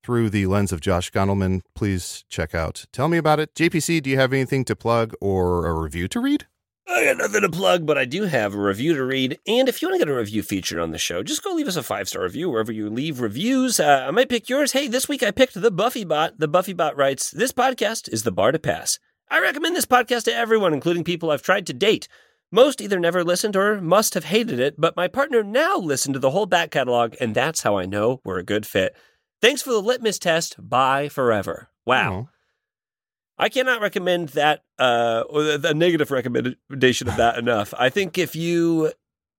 through the lens of Josh Gondelman, please check out Tell Me About It. JPC, do you have anything to plug or a review to read? I got nothing to plug, but I do have a review to read. And if you want to get a review featured on the show, just go leave us a five star review wherever you leave reviews. Uh, I might pick yours. Hey, this week I picked the Buffy Bot. The Buffy Bot writes, This podcast is the bar to pass. I recommend this podcast to everyone, including people I've tried to date. Most either never listened or must have hated it, but my partner now listened to the whole back catalog, and that's how I know we're a good fit. Thanks for the litmus test. Bye forever. Oh. Wow. I cannot recommend that, uh, or the, the negative recommendation of that enough. I think if you,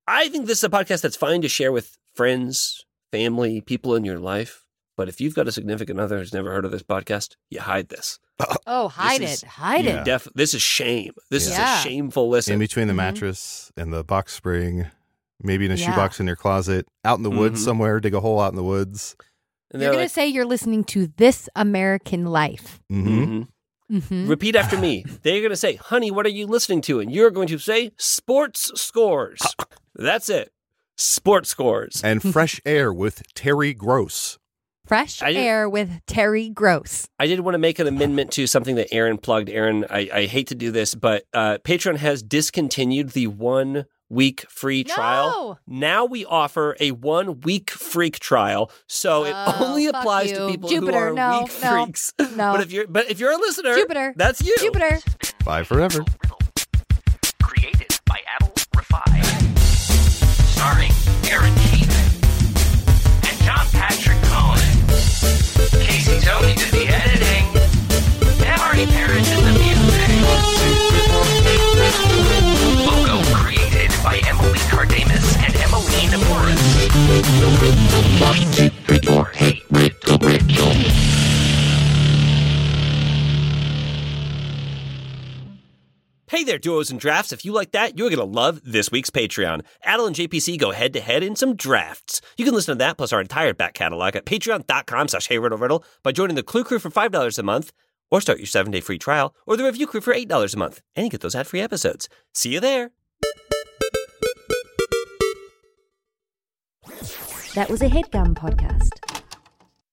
I think this is a podcast that's fine to share with friends, family, people in your life. But if you've got a significant other who's never heard of this podcast, you hide this. Oh, hide is- it. Hide Yeah. it. Def, this is shame. This Yeah. is a shameful in listen. between the Mhm. mattress and the box spring, maybe in a Yeah. shoebox in your closet, out in the woods Mhm. somewhere, dig a hole out in the woods. And You're they're going like, to say you're listening to This American Life. Mm-hmm. "Mhm." hmm Repeat after me. They're going to say, honey, what are you listening to? And you're going to say, sports scores. That's it. Sports scores. And fresh air with Terry Gross. Fresh I didn't- Air with Terry Gross. I did want to make an amendment to something that Aaron plugged. Aaron, I, I hate to do this, but uh, Patreon has discontinued the one week free trial. Now we offer a one week freak trial, so it Oh, only fuck applies to you. people who Jupiter, are no, week no, freaks. no. But if you're but if you're a listener, Jupiter. that's you. Jupiter. Bye forever. Riddle. Created by Adel Rafai. Starring Aaron Keith and John Patrick Cohen. Casey Tony did the editing. Emery Parrish did the music. Logo created by Emily Cardamus and Emily Naporis. Your hate riddle riddle. Hey there, duos and drafts. If you like that, you're going to love this week's Patreon. Adel and JPC go head to head in some drafts. You can listen to that plus our entire back catalog at patreon.com slash hey riddle riddle by joining the Clue Crew for $5 a month or start your seven day free trial or the Review Crew for $8 a month and you get those ad free episodes. See you there. That was a headgum podcast.